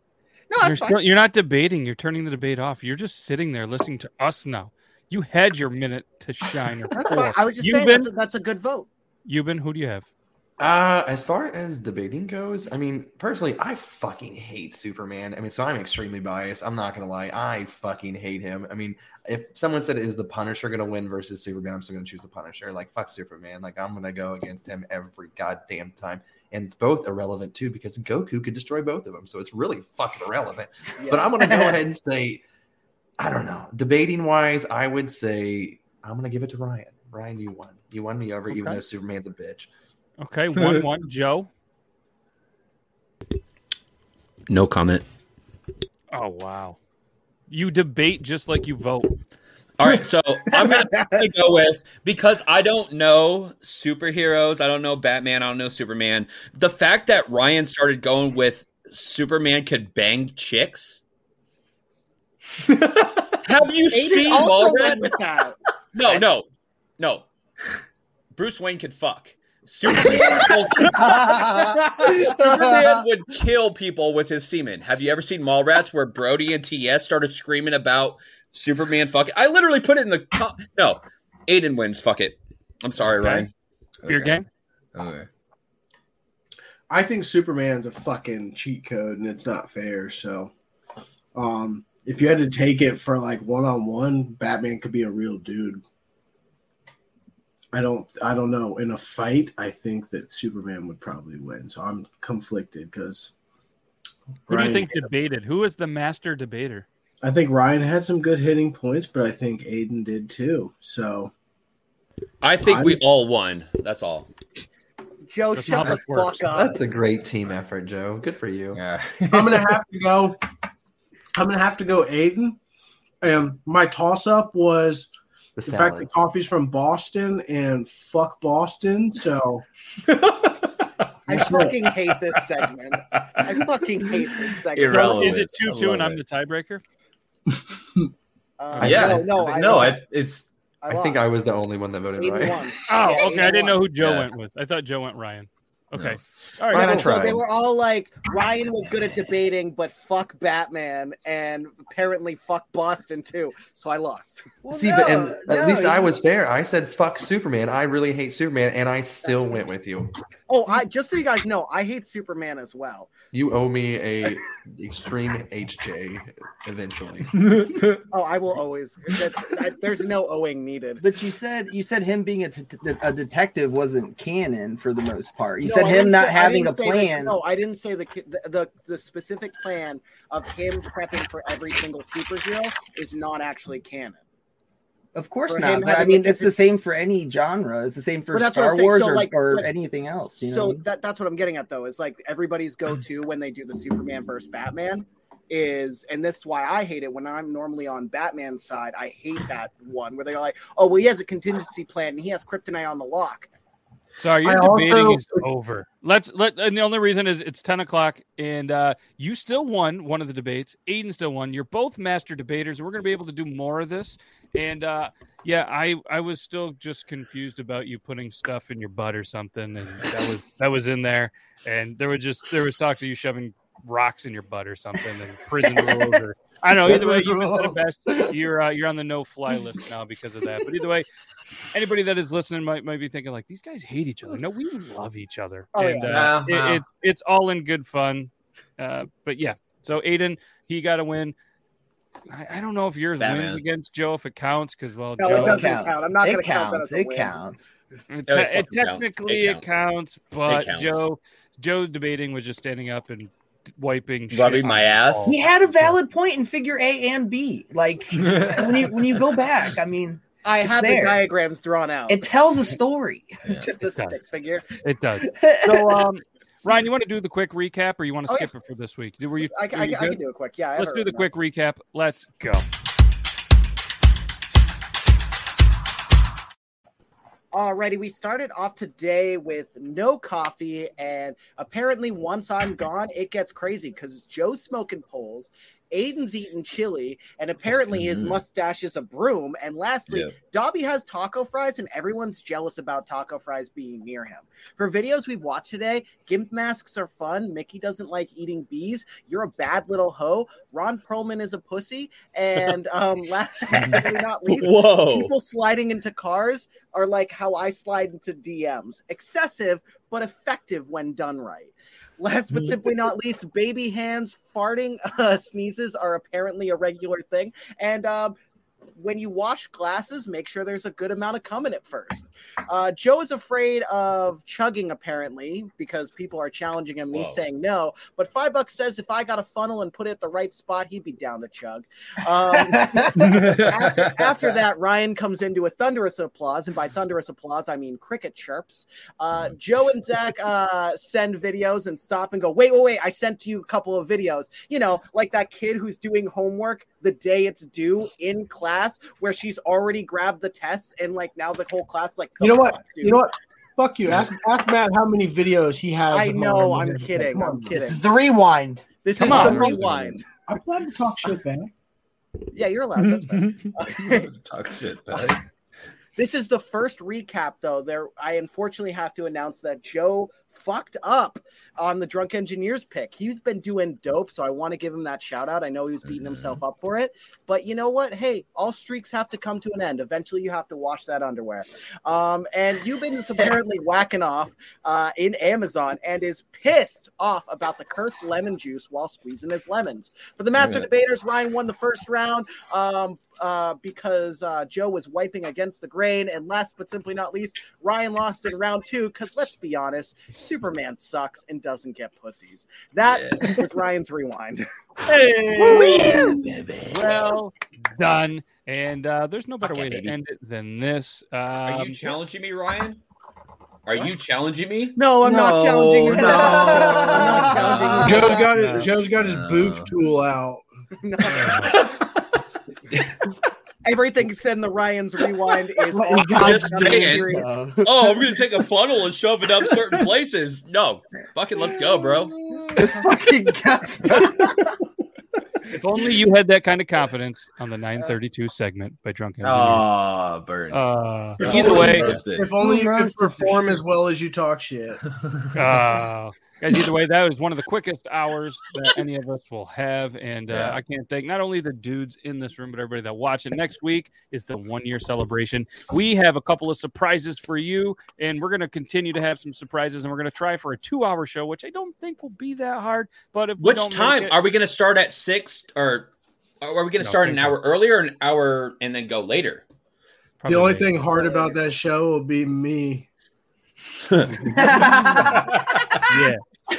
that's fine.
still, you're not debating. You're turning the debate off. You're just sitting there listening to us now. You had your minute to shine. or
That's
four.
fine. I was just
You've
saying
been-
that's, a, that's a good vote.
Euban, who do you have?
Uh, as far as debating goes, I mean, personally, I fucking hate Superman. I mean, so I'm extremely biased. I'm not gonna lie, I fucking hate him. I mean, if someone said is the Punisher gonna win versus Superman, I'm still gonna choose the Punisher. Like fuck Superman. Like I'm gonna go against him every goddamn time. And it's both irrelevant too because Goku could destroy both of them, so it's really fucking irrelevant. But I'm gonna go ahead and say, I don't know. Debating wise, I would say I'm gonna give it to Ryan. Ryan, you won. You won me over, even
Okay.
though Superman's a bitch.
Okay, one one. Joe.
No comment.
Oh wow. You debate just like you vote.
All right, so I'm gonna have to go with because I don't know superheroes. I don't know Batman. I don't know Superman. The fact that Ryan started going with Superman could bang chicks. have you seen all that? No, no, no. Bruce Wayne could fuck. Superman, Superman would kill people with his semen. Have you ever seen Mallrats where Brody and TS started screaming about Superman fucking? I literally put it in the co- no. Aiden wins. Fuck it. I'm sorry, Ryan.
Beer game.
Okay.
I think Superman's a fucking cheat code and it's not fair. So, um, if you had to take it for like one on one, Batman could be a real dude. I don't, I don't know. In a fight, I think that Superman would probably win. So I'm conflicted because
Who do you think debated? Who is the master debater?
I think Ryan had some good hitting points, but I think Aiden did too. So
I think we all won. That's all.
Joe,
That's
Oh, shut
how
the
this works.
fuck up.
That's a great team effort, Joe. Good for you. Yeah.
I'm gonna have to go. I'm gonna have to go Aiden. And my toss up was
The
the, fact
salad.
that coffee's from Boston and fuck Boston. So
I fucking hate this segment. I fucking hate this segment.
Is it two two and I'm the tiebreaker?
Uh,
Yeah.
No, no, I,
No,
lost.
I- it's-
I
I, think
lost.
I was the only one that voted
Aiden
right.
won.
Oh,
Yeah,
okay. I didn't know who Joe
Yeah.
went with. I thought Joe went Ryan. Okay.
All right, Ryan, I
So
tried.
they were all like, Ryan was good at debating, but fuck Batman, and apparently fuck Boston too. So I lost.
See, but and at least I was fair. I said fuck Superman. I really hate Superman, and I still went with you.
Oh, I just so you guys know, I hate Superman as well.
You owe me a extreme HJ eventually.
Oh, I will always. That's, I, there's no owing needed.
But you said you said him being a, t- a detective wasn't canon for the most part. You
No,
said
I
him
didn't
not
say- I
having a
didn't say that-
plan.
no, I didn't say the, ki- the the the specific plan of him prepping for every single superhero is not actually canon.
of course
for
not.
him
But I
having
mean,
a
it's the same for any genre. It's the same for
But that's what I'm
Star
saying.
Wars
So,
or,
like,
or
like,
anything else. You
so
know?
that that's what I'm getting at though is like everybody's go to when they do the Superman versus Batman is and this is why I hate it when I'm normally on Batman's side I hate that one where they're like oh well he has a contingency plan and he has kryptonite on the lock
Sorry, your
I
debating
also-
is over. Let's let and the only reason is it's ten o'clock and uh you still won one of the debates. Aiden still won. You're both master debaters. We're gonna be able to do more of this. And uh yeah, I I was still just confused about you putting stuff in your butt or something, and that was that was in there. And there was just there was talks of you shoving rocks in your butt or something and prison rules or I don't know. Either way,
Prison
you've been the
rules.
best. You're uh, you're on the no fly list now because of that. But either way, anybody that is listening might might be thinking like these guys hate each other. No, we love each other,
Oh,
and
yeah.
uh,
Yeah,
it-
yeah.
it's it's all in good fun. Uh, but yeah, so Aiden he got a win. I, I don't know if yours
Batman.
wins against Joe if it counts because well,
No, it
Joe,
doesn't It count. I'm not counts. gonna count that as a It win. counts.
It,
No, it
te- it
fucking counts.
technically
It
it counts, but
counts.
Joe Joe's debating was just standing up and wiping, shit
Rubbing
on
my
the
ass.
wall.
He had a valid point in Figure A and B. Like when you when you go back, I mean,
I
it's
have the
there.
diagrams drawn out
It tells a story.
it's a stick figure
It does. So, um, Ryan, you want to do the quick recap, or you want to
Oh,
skip it for this week? Did- Were you?
I, ca-
were
I,
you
ca- I
good?
can do it quick yeah I have
Let's
it
do the
written
quick recap. Let's go.
Alrighty, we started off today with no coffee, and apparently, once I'm gone, it gets crazy because Joe's smoking poles, Aiden's eating chili, and apparently his
Mhm.
mustache is a broom. And lastly,
Yeah.
Dobby has taco fries, and everyone's jealous about taco fries being near him. For videos we've watched today, gimp masks are fun. Mickey doesn't like eating bees. You're a bad little hoe. Ron Perlman is a pussy. And um, last but certainly not least,
Whoa.
people sliding into cars are like how I slide into DMs excessive, but effective when done right. Last but simply not least, baby hands, farting, uh, sneezes are apparently a regular thing. And um, when you wash glasses, make sure there's a good amount of cum in it first. Uh, Joe is afraid of chugging, apparently, because people are challenging him. He's
Whoa.
saying no. But Five Bucks says if I got a funnel and put it at the right spot, he'd be down to chug. Um, after, after that, Ryan comes into a thunderous applause, and by thunderous applause, I mean cricket chirps. Uh,
Oh.
Joe and Zach uh, send videos and stop and go, wait, wait, wait, I sent you a couple of videos. You know, like that kid who's doing homework the day it's due in class, where she's already grabbed the tests, and like now the whole class, like,
You know
"Come
what?
on, dude."
You know what? Fuck you. Ask, ask Matt how many videos he has.
I
of
know,
Owen.
I'm kidding,
Come on,
I'm
This
kidding.
is the rewind.
This
Come
is
on.
the rewind.
I'm glad to talk shit, man.
Yeah, you're allowed. That's fine.
Talk shit, buddy.
This is the first recap, though. There, I unfortunately have to announce that Joe fucked up on the drunk engineers pick. He's been doing dope, so I want to give him that shout out. I know he was beating himself up for it, but you know what? Hey, all streaks have to come to an end. Eventually, you have to wash that underwear. Um, and Eubank is apparently whacking off uh, in Amazon and is pissed off about the cursed lemon juice while squeezing his lemons. For the master
Yeah.
debate debaters. Ryan won the first round um, uh, because uh, Joe was wiping against the grain. And last but simply not least, Ryan lost in round two because let's be honest, Superman sucks and doesn't get pussies. That is Ryan's rewind.
Well done. And uh, there's no better way to end it than this. Um,
Are you challenging me, Ryan? Are you challenging me?
No, I'm not challenging you.
Joe's got it.
No.
Joe's got his booth tool out.
Everything said in the Ryan's rewind is
Oh,
Well,
all
Just
God's
saying.
series.
Oh, I'm gonna take a funnel and shove it up certain places. No, fucking let's go, bro.
if only you had that kind of confidence on the 932 segment by Drunk Engineer.
Ah, burn.
Uh,
If
either
only-
way,
if
If only you could
Roasted for
perform as well as you talk shit.
Uh, guys, either way, that was one of the quickest hours that any of us will have. And uh,
Yeah.
I can't thank not only the dudes in this room, but everybody that watched it. Next week is the one year celebration. We have a couple of surprises for you, and we're going to continue to have some surprises. And we're going to try for a two hour show, which I don't think will be that hard. But if we
Which
don't make
time
it-
are we gonna start at six or or are we gonna
No,
start an
thank
hour earlier, or an hour and then go later?
the only thing hard about that show will be me.
yeah.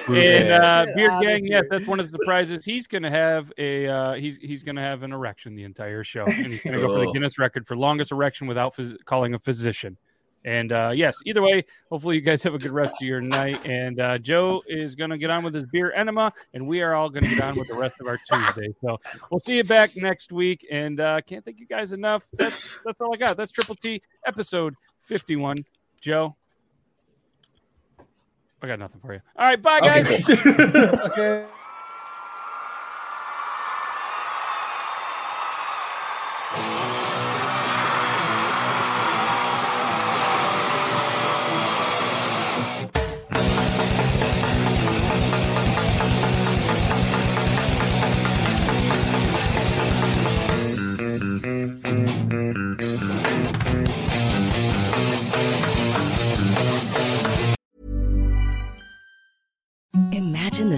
Yeah.
And uh,
Get
Beard
outta
Gang,
here.
yes, that's one of the surprises. He's gonna have a uh, he's he's gonna have an erection the entire show, and he's gonna go for the
Cool.
Guinness record for longest erection without phys- calling a physician. And uh, yes, either way, hopefully you guys have a good rest of your night. And uh, Joe is gonna get on with his beer enema, and we are all gonna get on with the rest of our Tuesday. So we'll see you back next week. And uh, can't thank you guys enough. That's that's all I got. That's Triple T episode fifty one. Joe, I got nothing for you. All right, bye
Okay,
guys.
cool.
okay.
Imagine the